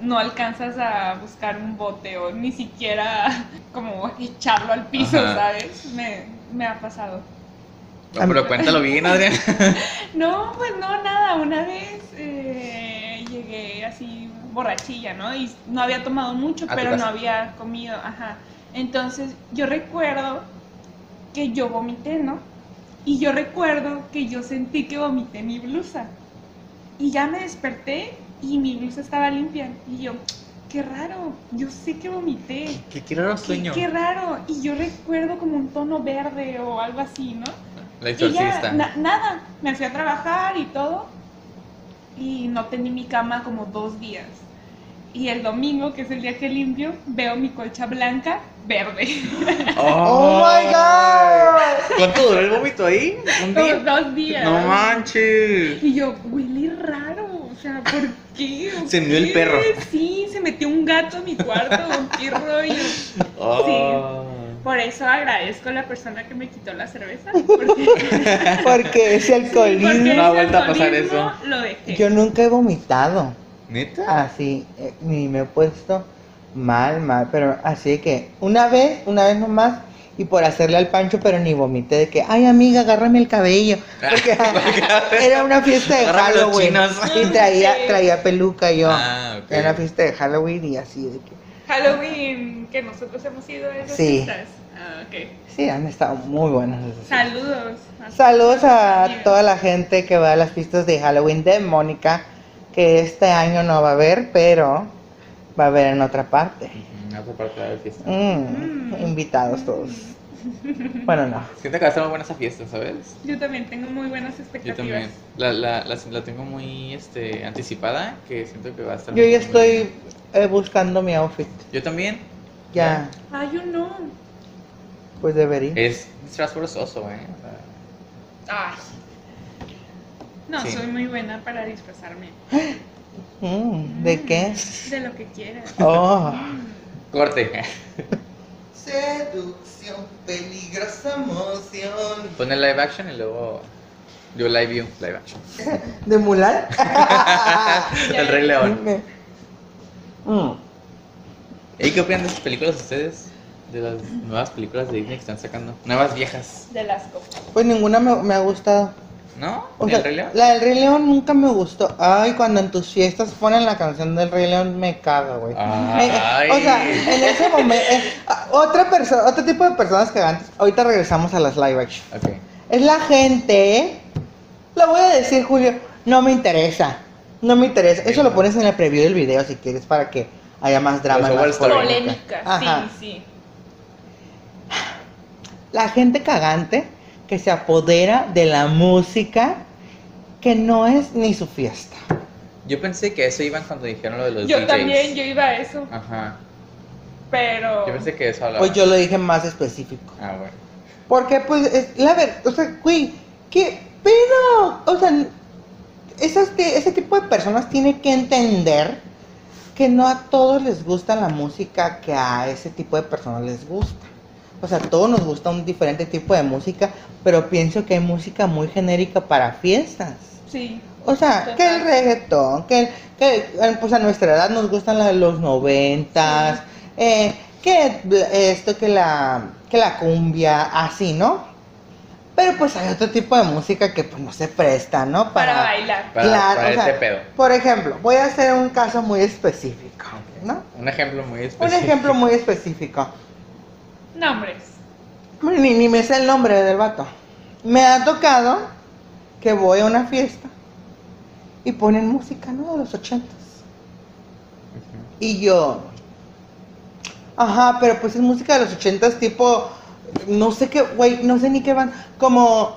Speaker 3: no alcanzas a buscar un bote o ni siquiera como echarlo al piso,
Speaker 1: Ajá.
Speaker 3: ¿sabes? Me, me ha pasado.
Speaker 1: No, pero cuéntalo bien, Adrián.
Speaker 3: No, pues no, nada. Una vez eh, llegué así borrachilla, ¿no? Y no había tomado mucho,
Speaker 1: A tu
Speaker 3: pero
Speaker 1: casa.
Speaker 3: no había comido, ajá. Entonces yo recuerdo que yo vomité, ¿no? Y yo recuerdo que yo sentí que vomité mi blusa. Y ya me desperté y mi blusa estaba limpia. Y yo, qué raro, yo sé que vomité.
Speaker 1: Que quiero
Speaker 3: Qué-
Speaker 1: sueño.
Speaker 3: qué raro. Y yo recuerdo como un tono verde o algo así, ¿no?
Speaker 1: La
Speaker 3: Y ya,
Speaker 1: exorcista.
Speaker 3: na- nada, me fui a trabajar y todo. Y no tenía mi cama como dos días. Y el domingo, que es el día que limpio, veo mi colcha blanca verde.
Speaker 2: ¡Oh, my God!
Speaker 1: ¿Cuánto duró el vómito ahí? ¿Un
Speaker 3: Como
Speaker 1: día?
Speaker 3: dos días.
Speaker 1: No manches.
Speaker 3: Y yo, huele raro, o sea, ¿por qué? ¿O
Speaker 1: Se meó el
Speaker 3: qué?
Speaker 1: perro.
Speaker 3: Sí, se metió un gato a mi cuarto, qué rollo.
Speaker 1: Oh.
Speaker 3: Por eso agradezco a la persona que me quitó la cerveza, porque,
Speaker 2: Porque ese
Speaker 3: porque
Speaker 2: alcoholismo.
Speaker 1: No ha
Speaker 3: ese
Speaker 1: vuelto a pasar
Speaker 3: alcoholismo
Speaker 1: eso.
Speaker 3: Lo dejé.
Speaker 2: Yo nunca he vomitado.
Speaker 1: ¿Neta?
Speaker 2: Así, eh, ni me he puesto mal, mal. Pero así de que una vez, una vez nomás, y por hacerle al pancho, pero ni vomité de que, ay amiga, agárrame el cabello. Porque era una fiesta de
Speaker 1: Agárrame los
Speaker 2: Halloween.
Speaker 1: chinos.
Speaker 2: Y traía,
Speaker 3: Sí.
Speaker 2: traía peluca yo.
Speaker 1: Ah, ok.
Speaker 2: Era una fiesta de Halloween y así de que.
Speaker 3: Halloween, que nosotros hemos ido a esas
Speaker 2: Sí.
Speaker 3: fiestas. Ah, ok.
Speaker 2: Sí, han estado muy buenas esas.
Speaker 3: Saludos.
Speaker 2: Saludos a
Speaker 3: Amigos.
Speaker 2: toda la gente que va a las fiestas de Halloween de Mónica, que este año no va a haber, pero va a haber en otra parte.
Speaker 1: Ujú, Otra parte de la fiesta.
Speaker 2: Mm,
Speaker 3: Mm.
Speaker 2: Invitados todos. Bueno, no.
Speaker 1: Siento que va a estar muy buena esa fiesta, ¿sabes?
Speaker 3: Yo también tengo muy buenas
Speaker 1: Yo
Speaker 3: expectativas.
Speaker 1: también. La, la, la, la tengo muy este, anticipada, que siento que va a estar
Speaker 2: Yo
Speaker 1: muy-
Speaker 2: ya estoy eh, buscando mi outfit.
Speaker 1: Yo también.
Speaker 2: Ya,
Speaker 3: Ay, yo no.
Speaker 2: pues debería.
Speaker 1: Es disfraz forzoso, ¿eh? O sea,
Speaker 3: Ay. Ah. No,
Speaker 1: Sí.
Speaker 3: soy muy buena para disfrazarme.
Speaker 2: Mm, ¿De qué?
Speaker 3: De lo que Mm, quieras.
Speaker 2: Oh.
Speaker 1: corte.
Speaker 2: Seducción, peligrosa emoción.
Speaker 1: Pon el live action y luego. Yo live view, live action.
Speaker 2: ¿De Mulan?
Speaker 1: el Rey León.
Speaker 2: Mm.
Speaker 1: ¿Y qué opinan de esas películas ustedes? De las nuevas películas de Disney que están sacando. Nuevas viejas.
Speaker 3: De las copas.
Speaker 2: Pues ninguna me, me ha gustado.
Speaker 1: ¿No?
Speaker 2: O
Speaker 1: ¿Ni
Speaker 2: sea,
Speaker 1: ¿El Rey León?
Speaker 2: La del Rey León nunca me gustó. Ay, cuando en tus fiestas ponen la canción del Rey León, me caga, güey.
Speaker 1: Ay.
Speaker 2: Eh, O sea, en ese momento, otra persona, otro tipo de personas cagantes. Ahorita regresamos a las live action.
Speaker 1: Ok.
Speaker 2: Es la gente, ¿eh? lo voy a decir, Julio, no me interesa. No me interesa. Eso lo pones en la preview del video si quieres para que haya más drama. y
Speaker 1: Los
Speaker 2: más
Speaker 1: Wall Story.
Speaker 3: Polémica.
Speaker 2: Ajá.
Speaker 3: Sí, sí.
Speaker 2: la gente cagante que se apodera de la música que no es ni su fiesta.
Speaker 1: Yo pensé que eso iban cuando dijeron lo de los
Speaker 3: Yo
Speaker 1: DJs.
Speaker 3: también, yo iba a eso.
Speaker 1: Ajá.
Speaker 3: Pero.
Speaker 1: Yo pensé que de eso hablaba.
Speaker 2: Pues yo lo dije más específico.
Speaker 1: Ah, bueno.
Speaker 2: Porque pues es- la verdad, o sea, güey, qué pedo. O sea, esas que ese tipo de personas tiene que entender que no a todos les gusta la música que a ese tipo de personas les gusta. O sea, a todos nos gusta un diferente tipo de música, pero pienso que hay música muy genérica para fiestas.
Speaker 3: Sí.
Speaker 2: O sea, que el
Speaker 3: Total.
Speaker 2: reggaetón, que, el- que eh, pues a nuestra edad nos gustan la- los noventas, eh, que bl- esto, que la, que la cumbia, así, ¿no? Pero pues hay otro tipo de música que pues no se presta, ¿no?
Speaker 3: Para, bailar.
Speaker 1: Para,
Speaker 2: Claro,
Speaker 1: para
Speaker 2: o sea,
Speaker 1: este pedo.
Speaker 2: Por ejemplo, voy a hacer un caso muy específico, ¿no?
Speaker 1: Un ejemplo muy
Speaker 2: Un
Speaker 1: específico.
Speaker 2: ejemplo muy específico.
Speaker 3: Nombres.
Speaker 2: Ni, ni me sé el nombre del vato. Me ha tocado que voy a una fiesta y ponen música, ¿no? De los ochentas.
Speaker 1: Ujú.
Speaker 2: Y yo, ajá, pero pues es música de los ochentas, tipo, no sé qué, güey, no sé ni qué van, como,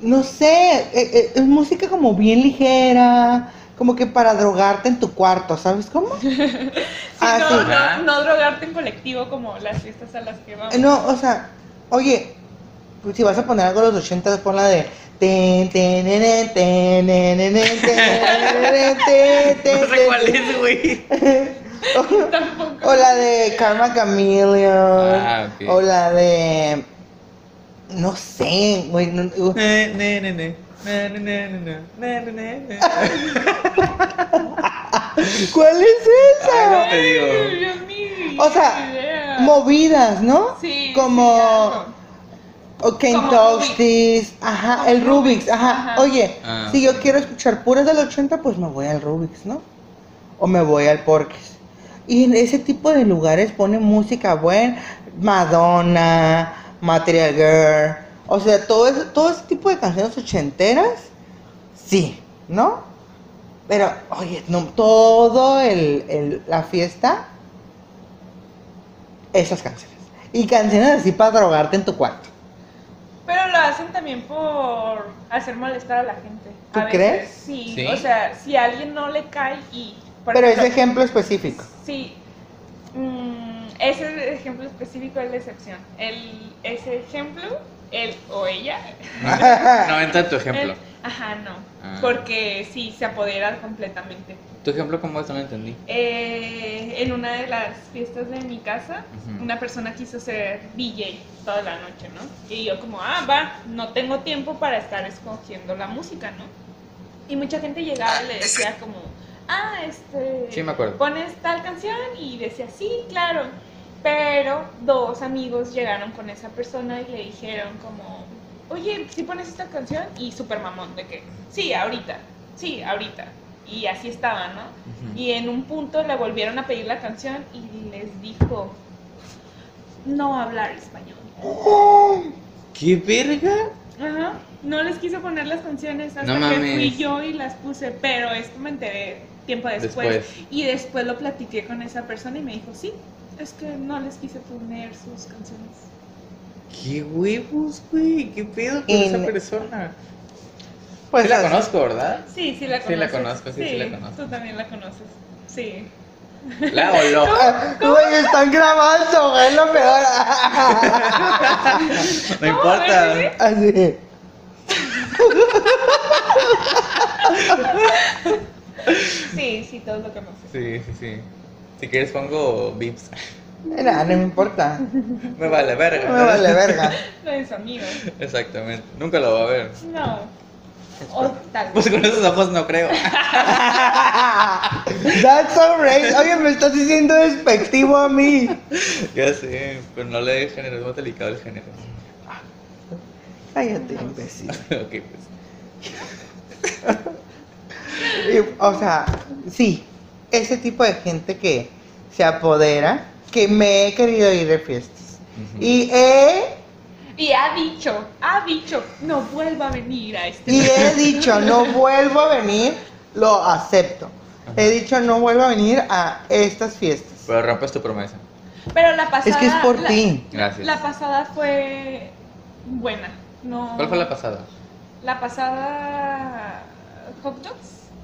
Speaker 2: no sé, eh, eh, es música como bien ligera, como que para drogarte en tu cuarto, ¿sabes cómo?
Speaker 3: Sí,
Speaker 2: Ah,
Speaker 3: no,
Speaker 2: sí.
Speaker 1: Ajá.
Speaker 3: no, no drogarte en colectivo como las fiestas a las que vamos.
Speaker 2: Eh, No, o sea, oye, pues, si vas a poner algo de los 80, pon la de. ten, ten, nene, ten, nene, nene, ten, nene, ten, ten,
Speaker 1: No sé
Speaker 2: ten,
Speaker 1: cuál
Speaker 2: ten.
Speaker 1: es, güey.
Speaker 3: Tampoco.
Speaker 2: O la de Karma Chameleon.
Speaker 1: Ah, ok.
Speaker 2: O la de. No sé, güey. no- uh. digo,
Speaker 1: Ne, ne, ne, ne. Ne, ne, ne, ne, ne, ne, ne, ne.
Speaker 2: ¿Cuál es
Speaker 1: Ay, no
Speaker 2: esa?
Speaker 1: te digo.
Speaker 3: Ay, Dios mío,
Speaker 2: O sea,
Speaker 3: idea.
Speaker 2: Movidas, ¿no?
Speaker 3: Sí, sí,
Speaker 2: Como.
Speaker 3: algo.
Speaker 2: O Ken
Speaker 3: Como
Speaker 2: Touch
Speaker 3: Rubik's.
Speaker 2: This, Ajá,
Speaker 3: Como
Speaker 2: el Rubik's.
Speaker 3: Rubik's,
Speaker 2: Ajá.
Speaker 3: ajá.
Speaker 2: Oye,
Speaker 1: Ah.
Speaker 2: si yo quiero escuchar puras del 80, pues me voy al Rubik's, ¿no? O me voy al Porques. Y en ese tipo de lugares ponen música buena. Madonna, Material Girl. O sea, todo ese, todo ese tipo de canciones ochenteras, sí, ¿no? Pero, oye, no, todo el, el- la fiesta, esas canciones. Y canciones así para drogarte en tu cuarto.
Speaker 3: Pero lo hacen también por hacer molestar a la gente.
Speaker 2: ¿Tú
Speaker 3: A veces,
Speaker 2: crees?
Speaker 3: Sí.
Speaker 1: Sí.
Speaker 3: O sea, si a alguien no le cae y. por
Speaker 2: Pero es
Speaker 3: ejemplo,
Speaker 2: ejemplo específico.
Speaker 3: Sí. mm, Ese ejemplo específico es la excepción. El, ese ejemplo, él o ella,
Speaker 1: No entra tu ejemplo.
Speaker 3: él- ajá, no.
Speaker 1: Ah.
Speaker 3: Porque sí, se apodera completamente.
Speaker 1: ¿Tu ejemplo cómo es? No lo entendí.
Speaker 3: Eh, en una de las fiestas de mi casa,
Speaker 1: Ujú.
Speaker 3: una persona quiso ser DJ toda la noche, ¿no? Y yo como, ah, va, no tengo tiempo para estar escogiendo la música, ¿no? Y mucha gente llegaba y le decía como, ah, este...
Speaker 1: Sí, me acuerdo.
Speaker 3: Pones tal canción y decía, sí, claro. Pero dos amigos llegaron con esa persona y le dijeron como, oye, ¿sí pones esta canción? Y super mamón, de que, sí, ahorita, sí, ahorita. Y así estaba, ¿no?
Speaker 1: Ujú.
Speaker 3: Y en un punto le volvieron a pedir la canción y les dijo no hablar español.
Speaker 1: ¿Qué verga?
Speaker 3: Ajá. No les quiso poner las canciones hasta
Speaker 1: No
Speaker 3: que
Speaker 1: mames.
Speaker 3: fui yo y las puse, pero esto me enteré tiempo después.
Speaker 1: Después.
Speaker 3: Y después lo platiqué con esa persona y me dijo, sí, es que no les quise poner sus canciones.
Speaker 1: ¿Qué huevos, güey? ¿Qué pedo con
Speaker 2: En-
Speaker 1: esa persona?
Speaker 2: Pues
Speaker 1: sí la
Speaker 2: así-
Speaker 1: conozco, ¿verdad?
Speaker 3: Sí, sí la
Speaker 1: Sí
Speaker 3: conoces.
Speaker 1: la conozco, sí, sí la conozco.
Speaker 3: Tú también la conoces. Sí.
Speaker 1: La o lo.
Speaker 2: Güey, están grabando, güey, es lo peor.
Speaker 1: No importa.
Speaker 3: ves, eh?
Speaker 2: Así.
Speaker 3: Sí, sí, todos lo conoces.
Speaker 1: Sí, sí, sí. Si quieres pongo bips.
Speaker 2: Mira, no me importa.
Speaker 1: Me vale verga.
Speaker 2: No me vale verga.
Speaker 3: No es amigo.
Speaker 1: Exactamente. Nunca lo va a ver.
Speaker 3: No. O tal vez.
Speaker 1: Pues con esos ojos no creo.
Speaker 2: That's so racist. Oye, me estás diciendo despectivo a mí.
Speaker 1: ya sé, pero no le dé género, es más delicado el género.
Speaker 2: Cállate, imbécil.
Speaker 1: ok, pues.
Speaker 2: Y, o sea, sí, ese tipo de gente que se apodera, que me he querido ir de fiestas.
Speaker 1: Ujú.
Speaker 2: Y he,
Speaker 3: Y ha dicho, ha dicho, no vuelva a venir a este.
Speaker 2: y he dicho, no vuelvo a venir, lo acepto. He dicho, no vuelvo a venir a estas fiestas.
Speaker 1: Pero rompes tu promesa.
Speaker 3: Pero la pasada.
Speaker 2: Es que es por
Speaker 3: la-
Speaker 2: ti.
Speaker 1: Gracias.
Speaker 3: La pasada fue buena. No.
Speaker 1: ¿Cuál fue la pasada?
Speaker 3: La pasada. Hot dogs,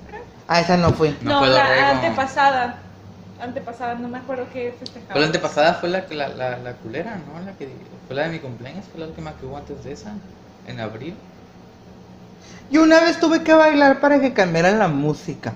Speaker 3: creo.
Speaker 2: A esa no fui.
Speaker 1: No fue
Speaker 3: la
Speaker 1: Dorrego.
Speaker 3: antepasada. Antepasada, no me acuerdo qué festejaba.
Speaker 1: Pero Pues la antepasada fue la, la, la, la culera, ¿no? La que fue la de mi cumpleaños, fue la última que hubo antes de esa, en abril.
Speaker 2: Y una vez tuve que bailar para que cambiaran la música.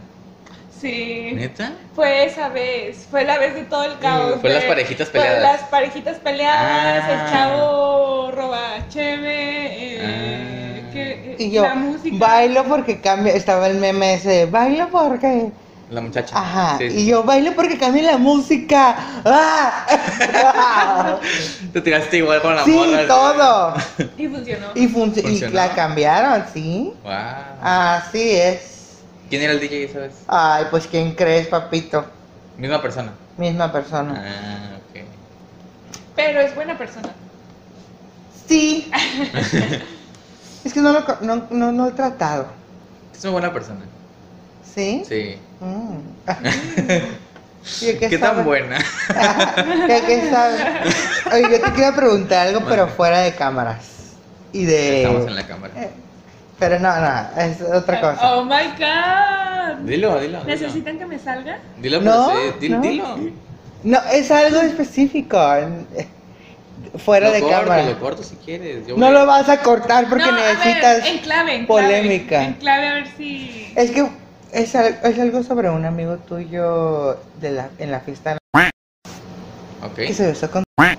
Speaker 3: Sí.
Speaker 1: ¿Neta?
Speaker 3: Fue esa vez. Fue la vez de todo el caos.
Speaker 1: Fue
Speaker 3: de-
Speaker 1: las parejitas
Speaker 3: fue
Speaker 1: peleadas.
Speaker 3: las parejitas peleadas,
Speaker 1: Ah.
Speaker 3: el chavo roba cheve, eh,
Speaker 1: Ah.
Speaker 3: que, eh,
Speaker 2: Y yo
Speaker 3: la música.
Speaker 2: bailo porque cambia, estaba el meme ese, de, bailo porque,
Speaker 1: La muchacha.
Speaker 2: ajá,
Speaker 1: Sí, sí,
Speaker 2: y
Speaker 1: sí.
Speaker 2: yo bailo porque cambia la música. ¡Ah!
Speaker 1: Te tiraste igual con la
Speaker 2: sí,
Speaker 1: morra. así.
Speaker 2: todo.
Speaker 3: Y funcionó.
Speaker 2: Y, func- y
Speaker 1: Funcionó.
Speaker 2: la cambiaron, sí.
Speaker 1: Wow.
Speaker 2: Ah. Así es.
Speaker 1: ¿Quién era el DJ esa vez?
Speaker 2: Ay, pues ¿quién crees, papito?
Speaker 1: Misma persona.
Speaker 2: Misma persona.
Speaker 1: Ah, ok.
Speaker 3: Pero es buena persona.
Speaker 2: Sí. es que no lo co- no, no, no he tratado.
Speaker 1: Es una buena persona.
Speaker 2: ¿Sí?
Speaker 1: Sí.
Speaker 2: Mm. ¿Y de
Speaker 1: ¿Qué, tan
Speaker 2: sabe?
Speaker 1: buena?
Speaker 2: Ya que sabe. Oye, yo te quiero preguntar algo, pero fuera de cámaras. Y de.
Speaker 1: Estamos en la cámara.
Speaker 2: Eh, Pero no, no, es otra cosa.
Speaker 3: Oh my god.
Speaker 1: Dilo, dilo. Dilo,
Speaker 3: ¿Necesitan que me salga?
Speaker 1: dilo pero
Speaker 2: No,
Speaker 1: sí, di-
Speaker 2: no.
Speaker 1: dilo.
Speaker 2: No, es algo específico. en- eh, Fuera
Speaker 1: Lo
Speaker 2: de
Speaker 1: corto,
Speaker 2: cámara.
Speaker 1: Lo corto si quieres. Yo
Speaker 2: No
Speaker 1: voy-
Speaker 2: lo vas a cortar porque
Speaker 3: No, a ver,
Speaker 2: necesitas.
Speaker 3: en clave, en clave,
Speaker 2: polémica.
Speaker 3: En clave, a ver si.
Speaker 2: Es que es, al- es algo sobre un amigo tuyo de la, en la fiesta
Speaker 1: Ok.
Speaker 2: que se besó con.
Speaker 3: Ay, eh,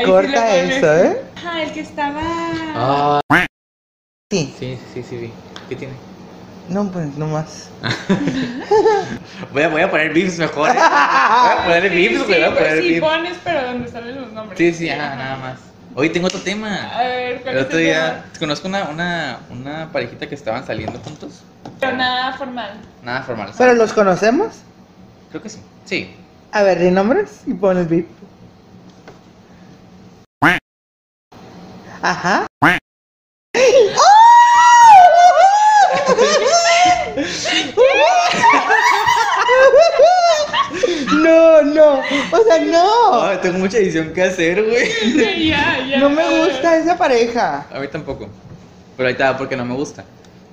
Speaker 3: sí lo
Speaker 2: corta
Speaker 3: pones.
Speaker 2: eso, ¿eh?
Speaker 3: Ah, el que estaba.
Speaker 1: Ah,
Speaker 2: Sí.
Speaker 1: sí, sí, sí, vi. ¿Qué tiene?
Speaker 2: No, pues nomás.
Speaker 1: Voy a, voy a poner bips mejor. ¿eh? Voy a poner
Speaker 3: Sí,
Speaker 1: bips,
Speaker 3: sí,
Speaker 1: güey. Voy a
Speaker 3: pues
Speaker 1: poner
Speaker 3: sí,
Speaker 1: bips.
Speaker 3: pones, pero donde salen los nombres.
Speaker 1: Sí, sí, ajá, nada más. Hoy tengo otro
Speaker 3: A
Speaker 1: tema.
Speaker 3: ver, ¿cuál
Speaker 1: El
Speaker 3: es
Speaker 1: otro
Speaker 3: el
Speaker 1: día
Speaker 3: tema?
Speaker 1: conozco una, una, una parejita que estaban saliendo juntos.
Speaker 3: Pero nada formal.
Speaker 1: Nada formal.
Speaker 2: ¿Pero los conocemos?
Speaker 1: Creo que sí. Sí.
Speaker 2: A ver, di nombres y pon el bip. Ajá. No, no, o sea, no.
Speaker 1: Ay, tengo mucha edición que hacer, güey.
Speaker 3: Sí, ya, ya.
Speaker 2: No me gusta esa pareja.
Speaker 1: A mí tampoco. Pero ahí está, porque no me gusta.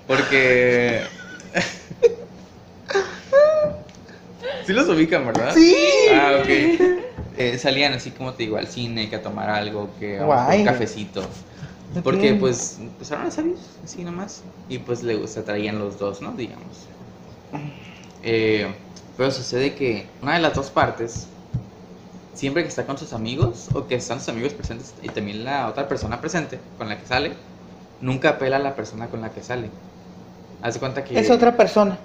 Speaker 1: Porque. Sí los ubican, ¿verdad?
Speaker 2: Sí.
Speaker 1: Ah, ok. Eh, salían así como te digo, al cine, que a tomar algo, que a
Speaker 2: Guay.
Speaker 1: un cafecito. Porque
Speaker 2: Ok.
Speaker 1: pues empezaron a salir así nomás. Y pues le se atraían los dos, ¿no? Digamos. Eh, pero sucede que una de las dos partes, siempre que está con sus amigos o que están sus amigos presentes y también la otra persona presente con la que sale, nunca apela a la persona con la que sale. Haz de cuenta que...
Speaker 2: Es otra persona.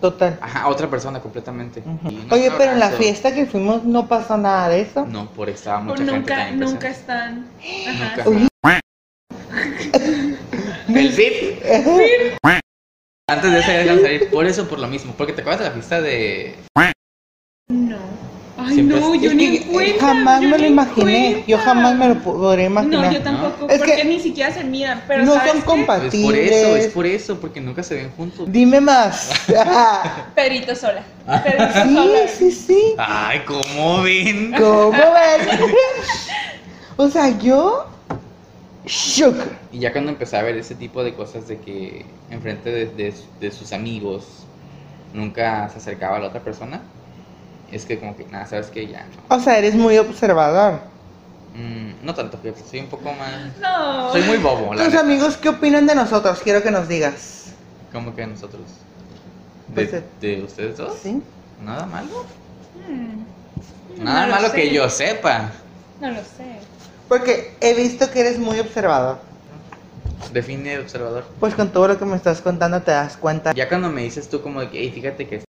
Speaker 2: Total.
Speaker 1: Ajá, otra persona completamente.
Speaker 2: Ujú.
Speaker 1: Y un
Speaker 2: Oye, pero en la
Speaker 1: abrazo.
Speaker 2: fiesta que fuimos no pasó nada de eso.
Speaker 1: No, por estaba
Speaker 3: O
Speaker 1: mucha gente
Speaker 3: nunca,
Speaker 1: también
Speaker 3: nunca
Speaker 1: presente.
Speaker 3: están. Ajá.
Speaker 1: Nunca.
Speaker 2: Oye.
Speaker 1: El zip. Antes de eso ya dejaron salir. Por eso, por lo mismo. Porque te acuerdas de la fiesta de.
Speaker 3: No. Ay,
Speaker 1: Siempre
Speaker 3: no,
Speaker 1: es-
Speaker 3: yo
Speaker 2: Es
Speaker 3: ni
Speaker 2: que eh,
Speaker 3: en cuenta,
Speaker 2: jamás
Speaker 3: yo
Speaker 2: me
Speaker 3: ni
Speaker 2: lo
Speaker 3: en
Speaker 2: imaginé. Yo
Speaker 3: cuenta.
Speaker 2: jamás me lo podré imaginar.
Speaker 3: No, yo tampoco,
Speaker 2: Es
Speaker 3: porque
Speaker 2: que-
Speaker 3: ni siquiera se miran, pero
Speaker 2: no
Speaker 3: ¿sabes
Speaker 1: Es pues,
Speaker 3: qué?
Speaker 2: son
Speaker 1: por eso, es
Speaker 2: compatibles.
Speaker 1: por eso, porque nunca se ven juntos.
Speaker 2: Dime más.
Speaker 3: Pedrito sola.
Speaker 1: Ah.
Speaker 3: Pedrito sola.
Speaker 2: sí, sí, sí.
Speaker 1: Ay, ¿cómo ven?
Speaker 2: ¿Cómo ven? o sea, yo. Shook.
Speaker 1: Y ya cuando empecé a ver ese tipo de cosas de que enfrente de, de- de sus amigos nunca se acercaba a la otra persona, es que como que nada, sabes que ya no.
Speaker 2: O sea, eres muy observador.
Speaker 1: Mm, no tanto, fíjate, soy un poco más.
Speaker 3: No.
Speaker 1: Soy muy bobo, la
Speaker 2: Tus
Speaker 1: neta.
Speaker 2: amigos, ¿qué opinan de nosotros? Quiero que nos digas.
Speaker 1: ¿Cómo que nosotros? ¿De,
Speaker 2: Pues, eh,
Speaker 1: de ustedes dos?
Speaker 2: ¿Sí?
Speaker 1: Nada malo.
Speaker 3: Mm.
Speaker 1: Nada
Speaker 3: No lo
Speaker 1: malo
Speaker 3: sé.
Speaker 1: que yo sepa.
Speaker 3: No lo sé.
Speaker 2: Porque he visto que eres muy observador.
Speaker 1: Define observador.
Speaker 2: Pues con todo lo que me estás contando te das cuenta.
Speaker 1: Ya cuando me dices tú como de que, hey, fíjate que... es-",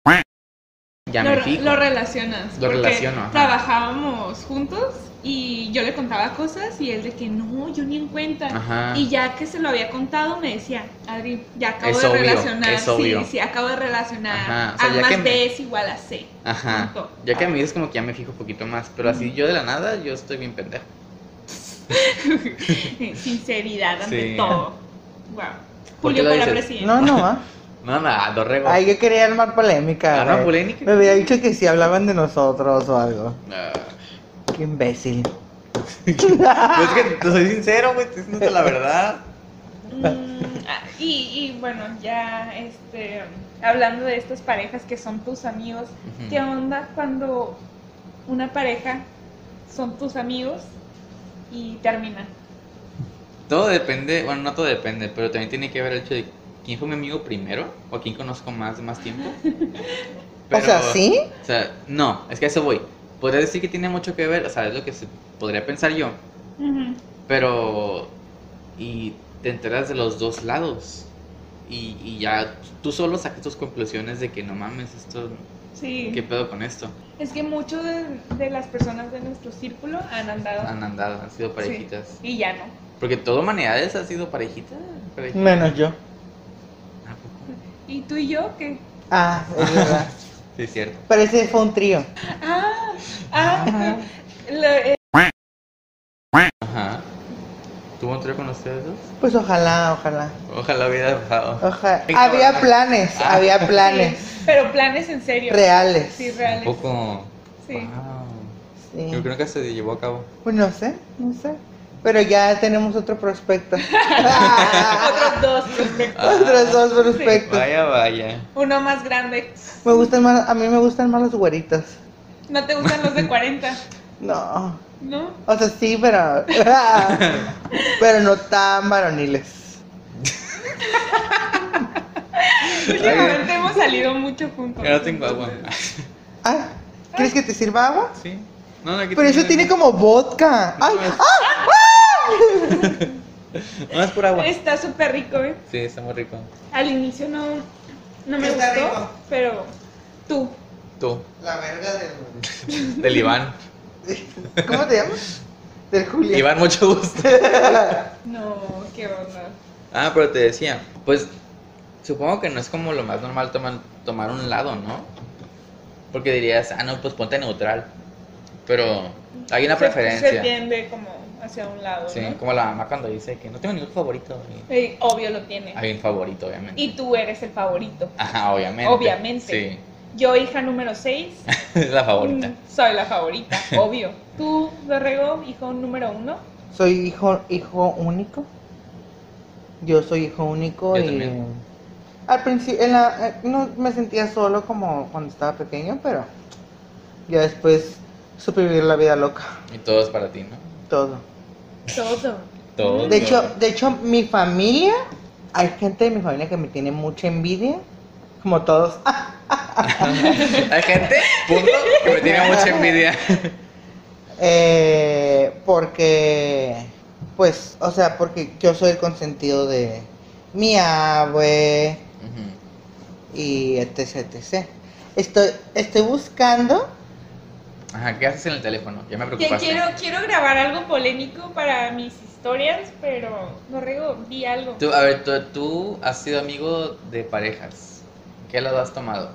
Speaker 1: Ya
Speaker 3: lo,
Speaker 1: me
Speaker 3: re-
Speaker 1: fijo.
Speaker 3: lo relacionas.
Speaker 1: Lo
Speaker 3: porque
Speaker 1: relaciono, ajá.
Speaker 3: Trabajábamos juntos y yo le contaba cosas y él de que no, yo ni en cuenta.
Speaker 1: Ajá.
Speaker 3: Y ya que se lo había contado me decía, Adri, ya acabo
Speaker 1: Es
Speaker 3: de
Speaker 1: obvio,
Speaker 3: relacionar,
Speaker 1: es
Speaker 3: sí,
Speaker 1: obvio.
Speaker 3: sí, acabo de relacionar.
Speaker 1: Ajá, o sea,
Speaker 3: a
Speaker 1: ya
Speaker 3: más
Speaker 1: que
Speaker 3: B
Speaker 1: me-
Speaker 3: es igual a C.
Speaker 1: Ajá.
Speaker 3: Punto.
Speaker 1: Ya que me dices como que ya me fijo un poquito más. Pero así yo de la nada, yo estoy bien pendejo.
Speaker 3: Sinceridad ante
Speaker 1: Sí.
Speaker 3: todo. Wow.
Speaker 1: ¿Por qué
Speaker 3: Julio
Speaker 1: lo
Speaker 3: para
Speaker 1: dices?
Speaker 3: presidente.
Speaker 2: No, no, ¿ah?
Speaker 1: No, Ah, nada, dorrego.
Speaker 2: Ay, yo quería armar polémica.
Speaker 1: Arma
Speaker 2: güey.
Speaker 1: polémica.
Speaker 2: Me había dicho que si hablaban de nosotros o algo.
Speaker 1: Ah.
Speaker 2: Qué imbécil.
Speaker 1: Pues es que te soy sincero, güey. Te diciendo la verdad.
Speaker 3: Mm, ah, y, y bueno, ya este, hablando de estas parejas que son tus amigos,
Speaker 1: Ujú.
Speaker 3: ¿qué onda cuando una pareja son tus amigos y terminan?
Speaker 1: Todo depende, bueno, no todo depende, pero también tiene que ver el hecho de quién fue mi amigo primero o a quién conozco más de más tiempo.
Speaker 2: o sea,
Speaker 1: Pero,
Speaker 2: ¿sí?
Speaker 1: O sea, no, es que a eso voy. Podría decir que tiene mucho que ver, o sea, es lo que se podría pensar yo,
Speaker 3: Ujú.
Speaker 1: pero. Y te enteras de los dos lados. Y, y ya tú solo sacas tus conclusiones de que no mames, esto.
Speaker 3: Sí,
Speaker 1: ¿Qué pedo con esto?
Speaker 3: es que muchas de, de las personas de nuestro círculo han andado
Speaker 1: Han andado, han sido parejitas.
Speaker 3: y ya no.
Speaker 1: Porque toda humanidad ha sido parejita. parejita.
Speaker 2: Menos yo.
Speaker 1: ¿A poco?
Speaker 3: ¿Y tú y yo qué?
Speaker 2: Ah, es verdad.
Speaker 1: Sí, es cierto.
Speaker 2: Pero ese fue un trío.
Speaker 3: Ah, ah, lo- eh,
Speaker 1: Ajá. ¿Tuvo un trío con ustedes dos?
Speaker 2: Pues ojalá, ojalá.
Speaker 1: Ojalá hubiera bajado.
Speaker 2: Ojalá.
Speaker 1: Ay, cabrón.
Speaker 2: Había planes,
Speaker 1: Ah.
Speaker 2: había planes
Speaker 3: sí, pero planes en serio.
Speaker 2: reales.
Speaker 3: Sí,
Speaker 1: Un
Speaker 3: reales.
Speaker 1: poco.
Speaker 3: Sí.
Speaker 1: Wow.
Speaker 2: Sí.
Speaker 1: Yo creo que se llevó a cabo.
Speaker 2: Pues no sé, no sé. Pero ya tenemos otro prospecto. Ah.
Speaker 3: Otros dos prospectos.
Speaker 2: Otros dos prospectos.
Speaker 1: Vaya, vaya.
Speaker 3: Uno más grande.
Speaker 2: Me gustan más, a mí me gustan más los güeritos.
Speaker 3: ¿No te gustan los de 40?
Speaker 2: No.
Speaker 3: ¿No?
Speaker 2: O sea, sí, pero. pero no tan varoniles.
Speaker 3: Últimamente hemos salido mucho juntos.
Speaker 1: Yo no tengo agua. Ah,
Speaker 2: Ah, ¿quieres que te sirva agua?
Speaker 1: Sí. No, no, aquí
Speaker 2: Pero eso tiene como vodka. Ay,
Speaker 1: No, es-
Speaker 2: ah,
Speaker 1: No, es por agua.
Speaker 2: ¡Ah!
Speaker 3: Está súper rico, ¿eh?
Speaker 1: Sí, está muy rico.
Speaker 3: Al inicio no, no me
Speaker 2: Está
Speaker 3: gustó,
Speaker 2: rico.
Speaker 3: pero tú,
Speaker 1: Tú,
Speaker 2: La verga del.
Speaker 1: del Iván.
Speaker 2: ¿Cómo te llamas? Del Julio.
Speaker 1: Iván, mucho gusto.
Speaker 3: no, qué onda.
Speaker 1: Ah, pero te decía, pues supongo que no es como lo más normal tomar, tomar un lado, ¿no? Porque dirías, ah, no, pues ponte neutral. Pero hay una
Speaker 3: Se- Se,
Speaker 1: preferencia.
Speaker 3: tiende como hacia un lado,
Speaker 1: Sí,
Speaker 3: ¿no?
Speaker 1: como la mamá cuando dice que no tengo ningún favorito. y
Speaker 3: Eh, obvio lo tiene.
Speaker 1: Hay un favorito, obviamente.
Speaker 3: Y tú eres el favorito.
Speaker 1: Ajá, obviamente.
Speaker 3: Obviamente. Yo, hija número 6,
Speaker 1: Sí, es la favorita.
Speaker 3: soy la favorita, obvio. Tú, Dorrego, hijo número 1,
Speaker 2: Soy hijo, hijo único. Yo soy hijo único
Speaker 1: Yo
Speaker 2: y.
Speaker 1: también.
Speaker 2: Al principio, en la- eh, no me sentía solo como cuando estaba pequeño, pero ya después supe vivir la vida loca,
Speaker 3: Mm.
Speaker 1: Y todo es para ti, ¿no?
Speaker 2: todo.
Speaker 3: Todo.
Speaker 1: Todo.
Speaker 3: Mm.
Speaker 2: De hecho, de hecho, mi familia, hay gente de mi familia que me tiene mucha envidia, como todos.
Speaker 1: Hay gente, punto, que me tiene mucha envidia.
Speaker 2: Eh, porque, pues, o sea, porque yo soy el consentido de mi abue
Speaker 1: Ujú.
Speaker 2: y etc, etc. Estoy, estoy buscando,
Speaker 1: Ajá, ¿qué haces en el teléfono? Ya me
Speaker 3: Que
Speaker 1: preocupaste.
Speaker 3: quiero, quiero grabar algo polémico para mis historias, pero no rego, vi algo.
Speaker 1: Tú, a ver, tú, tú has sido amigo de parejas. ¿Qué lado has tomado?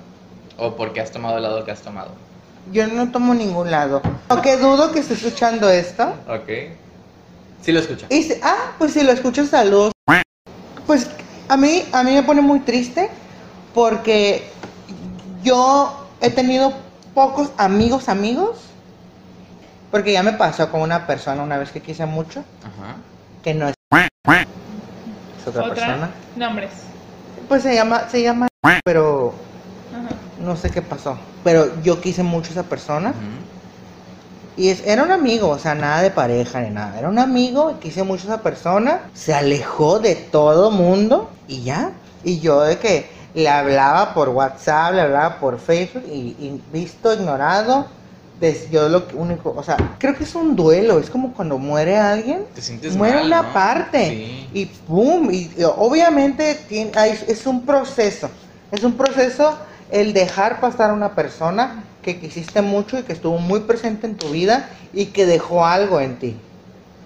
Speaker 1: ¿O por qué has tomado el lado que has tomado?
Speaker 2: yo no tomo ningún lado. Aunque dudo que esté escuchando esto.
Speaker 1: Ok. Sí lo escucho.
Speaker 2: Y si- ah, pues si lo escucho, saludos. Pues a mí, a mí me pone muy triste porque yo he tenido pocos amigos amigos. Porque ya me pasó con una persona una vez que quise mucho,
Speaker 1: Ajá.
Speaker 2: que no es, es otra, persona.
Speaker 3: Nombres.
Speaker 2: Pues se llama, se llama, pero
Speaker 3: Ajá.
Speaker 2: no sé qué pasó. Pero yo quise mucho a esa persona.
Speaker 1: Ujú.
Speaker 2: Y es- era un amigo, o sea, nada de pareja ni nada. Era un amigo, quise mucho a esa persona, se alejó de todo mundo y ya. Y yo de que le hablaba por WhatsApp, le hablaba por Facebook y, y visto, ignorado. des- yo lo que- único, o sea, creo que es un duelo, es como cuando muere alguien.
Speaker 1: Te sientes
Speaker 2: muere
Speaker 1: mal,
Speaker 2: una
Speaker 1: ¿no?
Speaker 2: parte
Speaker 1: Sí.
Speaker 2: y ¡pum! Y, y obviamente tiene- hay- es un proceso, es un proceso el dejar pasar a una persona que quisiste mucho y que estuvo muy presente en tu vida y que dejó algo en ti.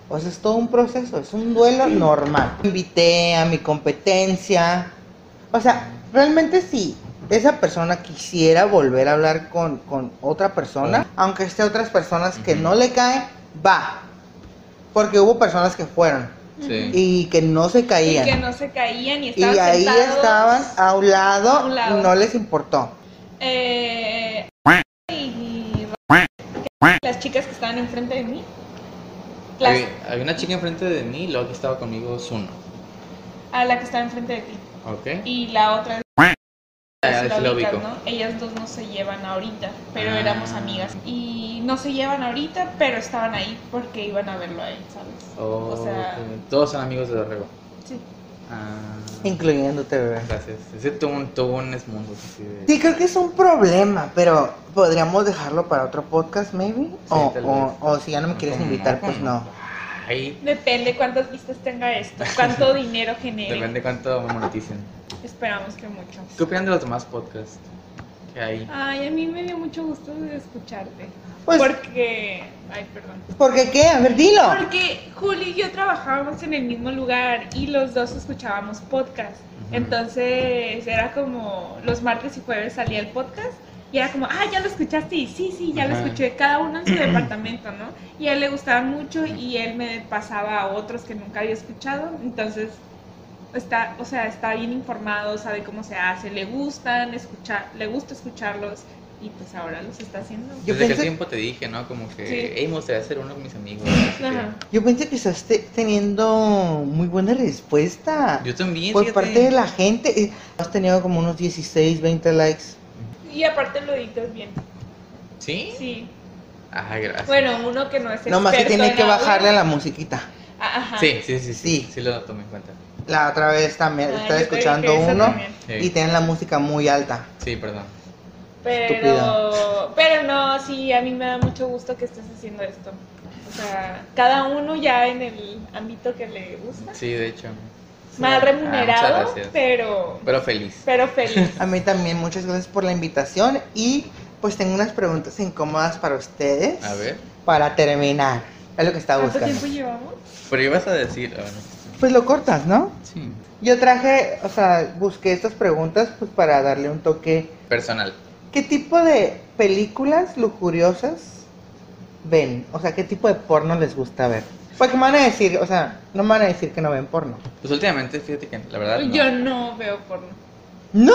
Speaker 2: O sea, es todo un proceso, es un duelo normal. Invité a mi competencia. O sea, realmente si esa persona quisiera volver a hablar con, con otra persona, aunque esté otras personas que
Speaker 1: Ujú.
Speaker 2: no le caen, va. Porque hubo personas que fueron
Speaker 1: Sí.
Speaker 2: y que no se
Speaker 3: Y
Speaker 2: caían.
Speaker 3: que no se caían y
Speaker 2: Y
Speaker 3: estaban
Speaker 2: ahí
Speaker 3: sentados.
Speaker 2: estaban a un lado,
Speaker 3: a un lado.
Speaker 2: y no les importó.
Speaker 3: Eh, y, y- las chicas que estaban enfrente de mí. Las-
Speaker 1: Hay, hay una chica enfrente de mí, luego aquí estaba conmigo Zuno.
Speaker 3: a la que estaba enfrente de ti.
Speaker 1: ¿Ok?
Speaker 3: Y la otra es
Speaker 1: Ah,
Speaker 3: la
Speaker 1: sí lo
Speaker 3: ubicas,
Speaker 1: ubico.
Speaker 3: ¿no? Ellas dos no se llevan ahorita, pero
Speaker 1: Ah.
Speaker 3: éramos amigas. Y no se llevan ahorita, pero estaban ahí porque iban a verlo a él, ¿sabes?
Speaker 1: Oh,
Speaker 3: O sea-
Speaker 1: ok. Todos son amigos de Dorrego.
Speaker 3: Sí.
Speaker 1: Ah.
Speaker 2: Incluyéndote, bebé.
Speaker 1: Gracias. Ese tuvo un, tuvo un esmundo así de.
Speaker 2: Sí, creo que es un problema, pero podríamos dejarlo para otro podcast, maybe. o,
Speaker 1: tal
Speaker 2: o-
Speaker 1: vez.
Speaker 2: o si ya no me quieres
Speaker 1: ¿Cómo
Speaker 2: invitar,
Speaker 1: no?
Speaker 2: pues
Speaker 1: ¿Cómo
Speaker 2: no.
Speaker 1: Ay,
Speaker 3: Depende cuántas vistas tenga esto, cuánto dinero genere.
Speaker 1: depende cuánto me moneticen.
Speaker 3: Esperamos que mucho.
Speaker 1: ¿Qué opinan de los demás podcasts que hay?
Speaker 3: Ay, a mí me dio mucho gusto de escucharte.
Speaker 2: Pues,
Speaker 3: porque. Ay, perdón.
Speaker 2: ¿Porque qué? A ver, dilo.
Speaker 3: Porque Juli y yo trabajábamos en el mismo lugar y los dos escuchábamos podcast.
Speaker 1: Ujú.
Speaker 3: Entonces era como los martes y jueves salía el podcast y era como, ah, ya lo escuchaste y sí, sí, ya
Speaker 1: Ajá.
Speaker 3: lo escuché, cada uno en su departamento, ¿no? Y a él le gustaba mucho y él me pasaba a otros que nunca había escuchado. Entonces está, o sea, está bien informado, sabe cómo se hace, le gustan, escuchar, le gusta escucharlos y pues ahora los está haciendo.
Speaker 2: Yo
Speaker 1: Desde
Speaker 2: pensé-
Speaker 1: aquel tiempo te dije, ¿no? Como que,
Speaker 3: Sí.
Speaker 1: hey, me gustaría ser uno de mis amigos. Este, así
Speaker 3: Ajá.
Speaker 2: Yo pensé que estás te- teniendo muy buena respuesta
Speaker 1: que- Yo también.
Speaker 2: por
Speaker 1: fíjate.
Speaker 2: parte de la gente. Eh, Has tenido como unos 16, 20 likes.
Speaker 3: Y aparte lo editas bien.
Speaker 1: ¿Sí?
Speaker 3: Sí.
Speaker 1: Ah, gracias.
Speaker 3: Bueno, uno que no es
Speaker 2: Nomás que
Speaker 3: experto
Speaker 2: tiene
Speaker 3: en
Speaker 2: que
Speaker 3: audio.
Speaker 2: bajarle a la musiquita.
Speaker 3: Ah, Ajá.
Speaker 1: Sí, sí, sí, sí. Sí,
Speaker 2: Sí.
Speaker 1: lo tomé en cuenta.
Speaker 2: La otra vez también
Speaker 3: Ah, yo
Speaker 2: estaba
Speaker 3: te
Speaker 2: escuchando
Speaker 3: dije eso
Speaker 2: uno
Speaker 3: también.
Speaker 1: Sí,
Speaker 2: y tienen la música muy alta.
Speaker 1: sí perdón.
Speaker 3: Pero, pero no, sí, a mí me da mucho gusto que estés haciendo esto. O sea, cada uno ya en el ámbito que le gusta.
Speaker 1: Sí, de hecho.
Speaker 3: Mal
Speaker 1: Ah,
Speaker 3: remunerado,
Speaker 1: muchas gracias.
Speaker 3: pero,
Speaker 1: Pero feliz.
Speaker 3: pero feliz.
Speaker 2: A mí también muchas gracias por la invitación y pues tengo unas preguntas incómodas para ustedes.
Speaker 1: A ver.
Speaker 2: Para terminar. Es lo que estaba
Speaker 3: ¿Cuánto
Speaker 2: buscando.
Speaker 3: tiempo llevamos?
Speaker 1: Pero ibas a decir. ah, bueno.
Speaker 2: Pues lo cortas, ¿no?
Speaker 1: Sí.
Speaker 2: Yo traje, o sea, busqué estas preguntas pues para darle un toque.
Speaker 1: Personal.
Speaker 2: ¿Qué tipo de películas lujuriosas ven? O sea, ¿qué tipo de porno les gusta ver? Porque me van a decir, o sea, no me van a decir que no ven porno.
Speaker 1: Pues últimamente, fíjate que la verdad. no.
Speaker 3: Yo no veo porno.
Speaker 2: ¡No!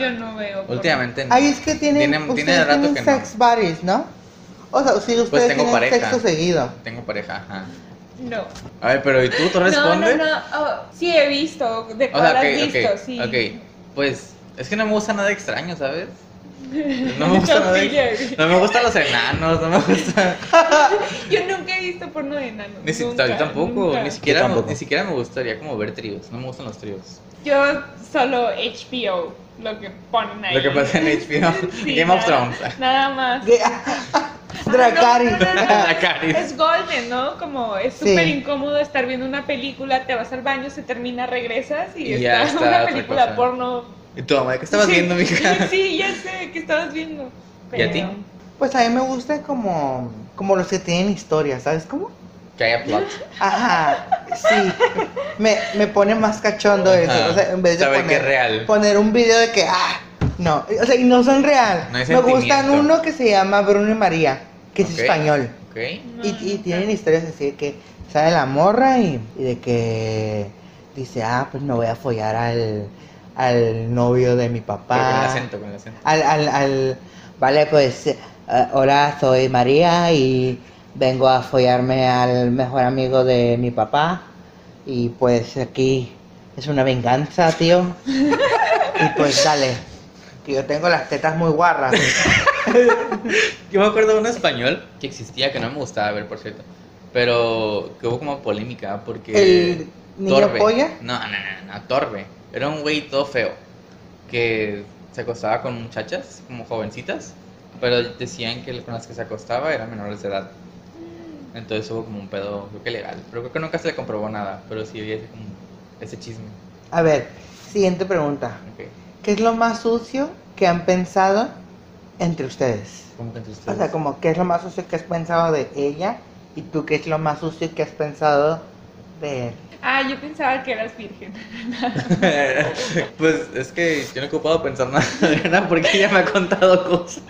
Speaker 3: Yo no veo porno.
Speaker 1: Últimamente. no.
Speaker 2: Ay, es que tienen,
Speaker 1: Tienen-
Speaker 2: ustedes
Speaker 1: tiene rato
Speaker 2: tienen
Speaker 1: que no. Pues
Speaker 2: sex buddies, ¿no? O sea, si ustedes
Speaker 1: tengo
Speaker 2: tienen
Speaker 1: pareja.
Speaker 2: sexo seguido.
Speaker 1: Tengo pareja, ajá.
Speaker 3: No.
Speaker 1: A ver, pero ¿y tú? ¿Tú
Speaker 3: No, no,
Speaker 1: respondes?
Speaker 3: no. oh, sí he visto. De
Speaker 1: O
Speaker 3: cuál
Speaker 1: sea, ok,
Speaker 3: has visto,
Speaker 1: ok,
Speaker 3: sí.
Speaker 1: ok. Pues es que no me gusta nada extraño, ¿sabes? No me gusta nada. ex- No me gustan los enanos, no me gusta.
Speaker 3: Yo nunca he visto porno de enanos.
Speaker 1: Ni si-
Speaker 3: nunca,
Speaker 1: tampoco,
Speaker 3: nunca.
Speaker 1: Ni, siquiera,
Speaker 2: Yo tampoco.
Speaker 1: ni siquiera me gustaría como ver tríos. No me gustan los tríos.
Speaker 3: Yo solo HBO, lo que ponen ahí.
Speaker 1: Lo que pasa en HBO,
Speaker 3: Sí,
Speaker 1: Game of
Speaker 3: nada-
Speaker 1: Thrones.
Speaker 3: Nada más.
Speaker 2: Dracarys.
Speaker 3: Ah, no, no, no, no.
Speaker 1: La Caris.
Speaker 3: Es golden, ¿no? Como es
Speaker 2: Sí.
Speaker 3: súper incómodo estar viendo una película, te vas al baño, se termina, regresas y,
Speaker 1: Y ya
Speaker 3: está,
Speaker 1: está
Speaker 3: una
Speaker 1: otra
Speaker 3: película
Speaker 1: cosa.
Speaker 3: porno.
Speaker 1: ¿Y tú, mamá, qué estabas
Speaker 3: Sí,
Speaker 1: viendo, mija?
Speaker 3: Sí, ya sé que estabas viendo.
Speaker 1: ¿Y a ti?
Speaker 2: Pues a mí me gusta como, como los que tienen historia, ¿sabes cómo?
Speaker 1: Que haya plot.
Speaker 2: Ajá, sí. Me, me pone más cachondo eso.
Speaker 1: Ajá.
Speaker 2: O sea, en vez de
Speaker 1: Sabe que es
Speaker 2: poner,
Speaker 1: real.
Speaker 2: poner un video de que, ah, no. O sea, y no son real.
Speaker 1: No hay
Speaker 2: me gustan
Speaker 1: sentimiento.
Speaker 2: uno que se llama Bruno y María, que es
Speaker 1: Ok.
Speaker 2: español.
Speaker 1: ¿Ok?
Speaker 3: No,
Speaker 2: Y, y
Speaker 3: nunca.
Speaker 2: tienen historias así de que sale la morra y, y de que dice, ah, pues no voy a follar al, al novio de mi
Speaker 1: Pero con el
Speaker 2: papá.
Speaker 1: acento, con el acento.
Speaker 2: Al, al, al, vale, pues, eh, hola, soy María y vengo a follarme al mejor amigo de mi papá. Y pues aquí es una venganza, tío. y pues dale, que yo tengo las tetas muy guarras.
Speaker 1: Yo me acuerdo de un español que existía, que no me gustaba ver, por cierto. Pero que hubo como polémica porque.
Speaker 2: El niño polla.
Speaker 1: No, no, no, no, Torbe. Era un güey todo feo que se acostaba con muchachas, como jovencitas, pero decían que con las que se acostaba eran menores de edad. Entonces hubo como un pedo, creo que legal, pero creo que nunca se le comprobó nada, pero sí había ese, como, ese chisme.
Speaker 2: A ver, siguiente pregunta.
Speaker 1: Ok,
Speaker 2: ¿Qué es lo más sucio que han pensado entre ustedes?
Speaker 1: ¿Cómo que entre
Speaker 2: O
Speaker 1: ustedes?
Speaker 2: sea, como qué es lo más sucio que has pensado de ella y tú qué es lo más sucio que has pensado de él.
Speaker 3: Ah, yo pensaba que eras virgen.
Speaker 1: pues es que yo no he ocupado pensar nada, Adriana, porque ella me ha contado cosas.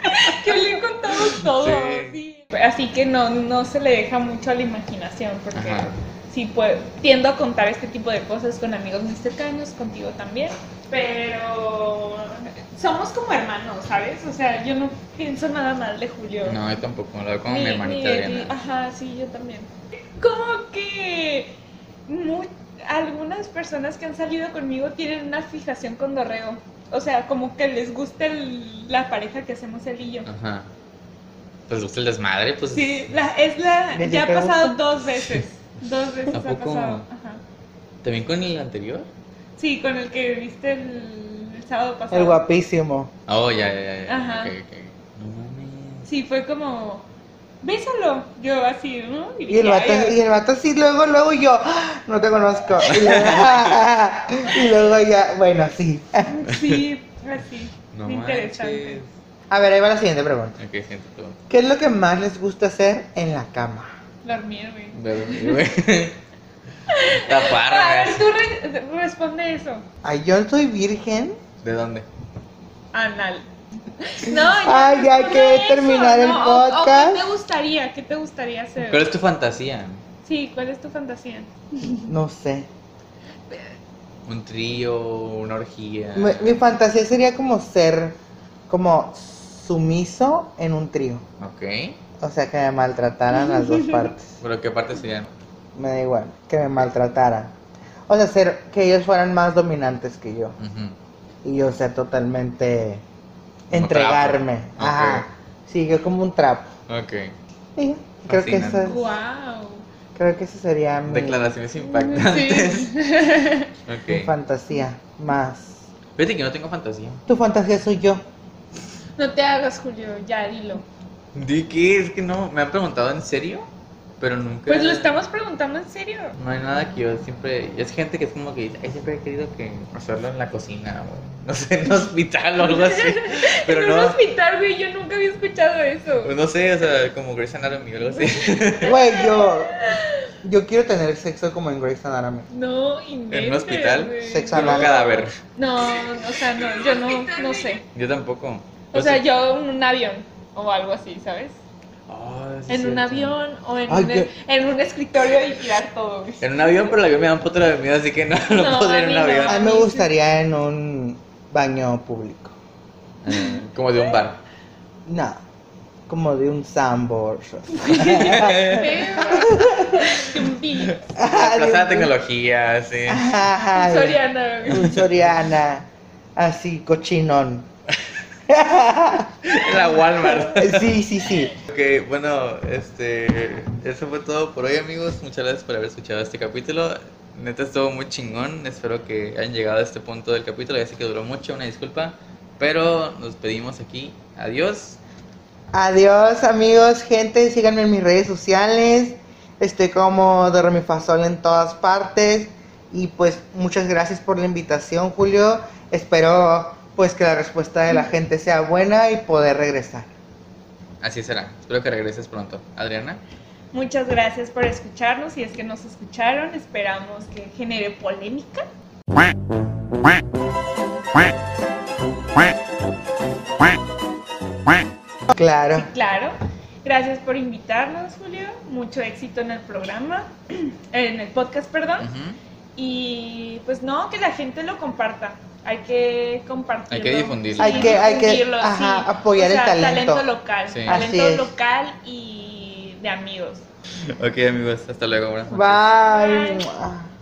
Speaker 3: Yo le he contado todo.
Speaker 1: Sí.
Speaker 3: sí. Así que no, no se le deja mucho a la imaginación porque
Speaker 1: Ajá.
Speaker 3: sí pues, tiendo a contar este tipo de cosas con amigos más cercanos, contigo también. Pero somos como hermanos, ¿sabes? O sea, yo no pienso nada mal de Julio.
Speaker 1: No, yo tampoco, lo veo como
Speaker 3: Ni-
Speaker 1: mi
Speaker 3: ni
Speaker 1: hermanita
Speaker 3: de ti.
Speaker 1: Adriana.
Speaker 3: Ajá, sí, yo también. Como que mu- algunas personas que han salido conmigo tienen una fijación con Dorreo. O sea, como que les gusta el- la pareja que hacemos él y yo.
Speaker 1: Ajá. Pues gusta el desmadre, pues.
Speaker 3: Sí, la, es la.
Speaker 2: ¿Desde
Speaker 3: Ya ha
Speaker 2: te
Speaker 3: pasado dos veces. Dos veces
Speaker 1: ¿A
Speaker 3: ha
Speaker 1: poco?
Speaker 3: pasado. Ajá.
Speaker 1: ¿También con el anterior?
Speaker 3: Sí, con el que viste el, el sábado pasado.
Speaker 2: El guapísimo.
Speaker 1: Oh, ya, ya, ya, ya.
Speaker 3: Ajá.
Speaker 1: ok, ok. No mames.
Speaker 3: Sí, fue como. Bésalo. Yo así, ¿no?
Speaker 2: Y el
Speaker 3: dije,
Speaker 2: vato,
Speaker 3: "Ay,
Speaker 2: y el vato así, luego, luego yo, "Ah, no te conozco. Y luego, y luego ya, bueno, sí.
Speaker 3: Sí, así.
Speaker 1: No
Speaker 3: interesante.
Speaker 1: manches.
Speaker 2: A ver, ahí va la siguiente pregunta.
Speaker 1: Ok, siento tú.
Speaker 2: ¿Qué es lo que más les gusta hacer en la cama?
Speaker 3: Dormir, güey.
Speaker 1: Dormir, güey.
Speaker 3: A ver,
Speaker 1: Taparras.
Speaker 3: tú re- responde eso.
Speaker 2: Ay, yo soy virgen.
Speaker 1: ¿De dónde?
Speaker 3: Anal. No, ya
Speaker 2: Ay, ya hay que
Speaker 3: responde eso,
Speaker 2: terminar el
Speaker 3: ¿no? O- o
Speaker 2: podcast.
Speaker 3: ¿Qué te gustaría? ¿Qué te gustaría hacer?
Speaker 1: Pero es tu fantasía.
Speaker 3: Sí, ¿cuál es tu fantasía?
Speaker 2: No sé.
Speaker 1: Un trío, una orgía.
Speaker 2: Mi, mi fantasía sería como ser como sumiso en un trío.
Speaker 1: Ok.
Speaker 2: O sea, que me maltrataran las dos partes.
Speaker 1: Pero qué parte serían.
Speaker 2: Me da igual, que me maltrataran. O sea, ser que ellos fueran más dominantes que yo.
Speaker 1: Ujú.
Speaker 2: Y yo ser totalmente
Speaker 1: Como
Speaker 2: entregarme.
Speaker 1: trapo.
Speaker 2: Ajá. Sí, yo como un trapo.
Speaker 1: Ok.
Speaker 2: Sí, creo que
Speaker 1: Fascinante.
Speaker 2: eso es-
Speaker 3: Wow.
Speaker 2: creo que eso sería mi,
Speaker 1: Declaraciones impactantes.
Speaker 2: mi
Speaker 1: Ok.
Speaker 2: fantasía más.
Speaker 1: Fíjate que no tengo fantasía.
Speaker 2: Tu fantasía soy yo.
Speaker 3: No te hagas, Julio, ya dilo.
Speaker 1: ¿De qué? Es que no. Me han preguntado en serio, pero nunca.
Speaker 3: Pues lo estamos preguntando en serio.
Speaker 1: No hay nada que yo siempre. Es gente que es como que dice, "Ay, siempre he querido que hacerlo en la cocina o no sé, en un hospital o algo así. Pero
Speaker 3: en un
Speaker 1: no.
Speaker 3: hospital, güey, yo nunca había escuchado eso.
Speaker 1: No sé, o sea, como Grey's Anatomy o algo así.
Speaker 2: Güey, yo. Yo quiero tener sexo como en Grey's Anatomy.
Speaker 3: No, inventes,
Speaker 1: ¿En un hospital?
Speaker 3: güey.
Speaker 2: Sexo
Speaker 1: Con un
Speaker 2: anal.
Speaker 1: cadáver.
Speaker 3: No, o sea, no, yo no, no sé.
Speaker 1: Yo tampoco.
Speaker 3: O
Speaker 1: Pues
Speaker 3: sea, yo en un avión o algo así, ¿sabes?
Speaker 1: Ah, sí es
Speaker 3: En un
Speaker 1: cierto.
Speaker 3: avión o en,
Speaker 2: Ay,
Speaker 3: un,
Speaker 2: qué-
Speaker 3: en un escritorio y tirar todo, güey.
Speaker 1: En un avión, pero el avión me da un potro de miedo, así que no, no,
Speaker 3: No,
Speaker 1: podría en un
Speaker 3: a mí no. Ah.
Speaker 1: avión.
Speaker 2: A mí me
Speaker 3: Sí, sí.
Speaker 2: gustaría en un baño público.
Speaker 1: Eh, Como de un bar.
Speaker 2: No, como de un sambor.
Speaker 3: Que un beat, Ah,
Speaker 1: La plaza de tecnología, sí.
Speaker 2: Ajá,
Speaker 3: Soriana, güey.
Speaker 2: Un Soriana. Así, cochinón.
Speaker 1: En la Walmart.
Speaker 2: Sí, sí, sí.
Speaker 1: Ok, bueno, este, eso fue todo por hoy, amigos. Muchas gracias por haber escuchado este capítulo. Neta estuvo muy chingón. Espero que hayan llegado a este punto del capítulo. Ya sé que duró mucho, una disculpa. Pero nos pedimos aquí. Adiós.
Speaker 2: Adiós, amigos, gente. Síganme en mis redes sociales. Estoy como Dormifasol en todas partes. Y pues muchas gracias por la invitación, Julio. Espero pues que la respuesta de la gente sea buena y poder regresar.
Speaker 1: Así será. Espero que regreses pronto. Adriana.
Speaker 3: Muchas gracias por escucharnos. Si es que nos escucharon, esperamos que genere polémica.
Speaker 4: quack, quack, quack, quack, quack, quack.
Speaker 2: Claro.
Speaker 3: Claro. Gracias por invitarnos, Julio. Mucho éxito en el programa, en el podcast, perdón.
Speaker 1: Ujú.
Speaker 3: Y pues no, que la gente lo comparta. Hay que compartirlo.
Speaker 1: Hay que difundirlo.
Speaker 2: Hay que- hay que,
Speaker 3: difundirlo,
Speaker 2: ajá, apoyar el talento.
Speaker 3: local.
Speaker 1: Sí.
Speaker 3: Talento
Speaker 2: Así es.
Speaker 3: local y de amigos.
Speaker 1: Ok, amigos. Hasta luego. Buenas noches.
Speaker 2: Bye.
Speaker 3: Bye.
Speaker 2: Mua.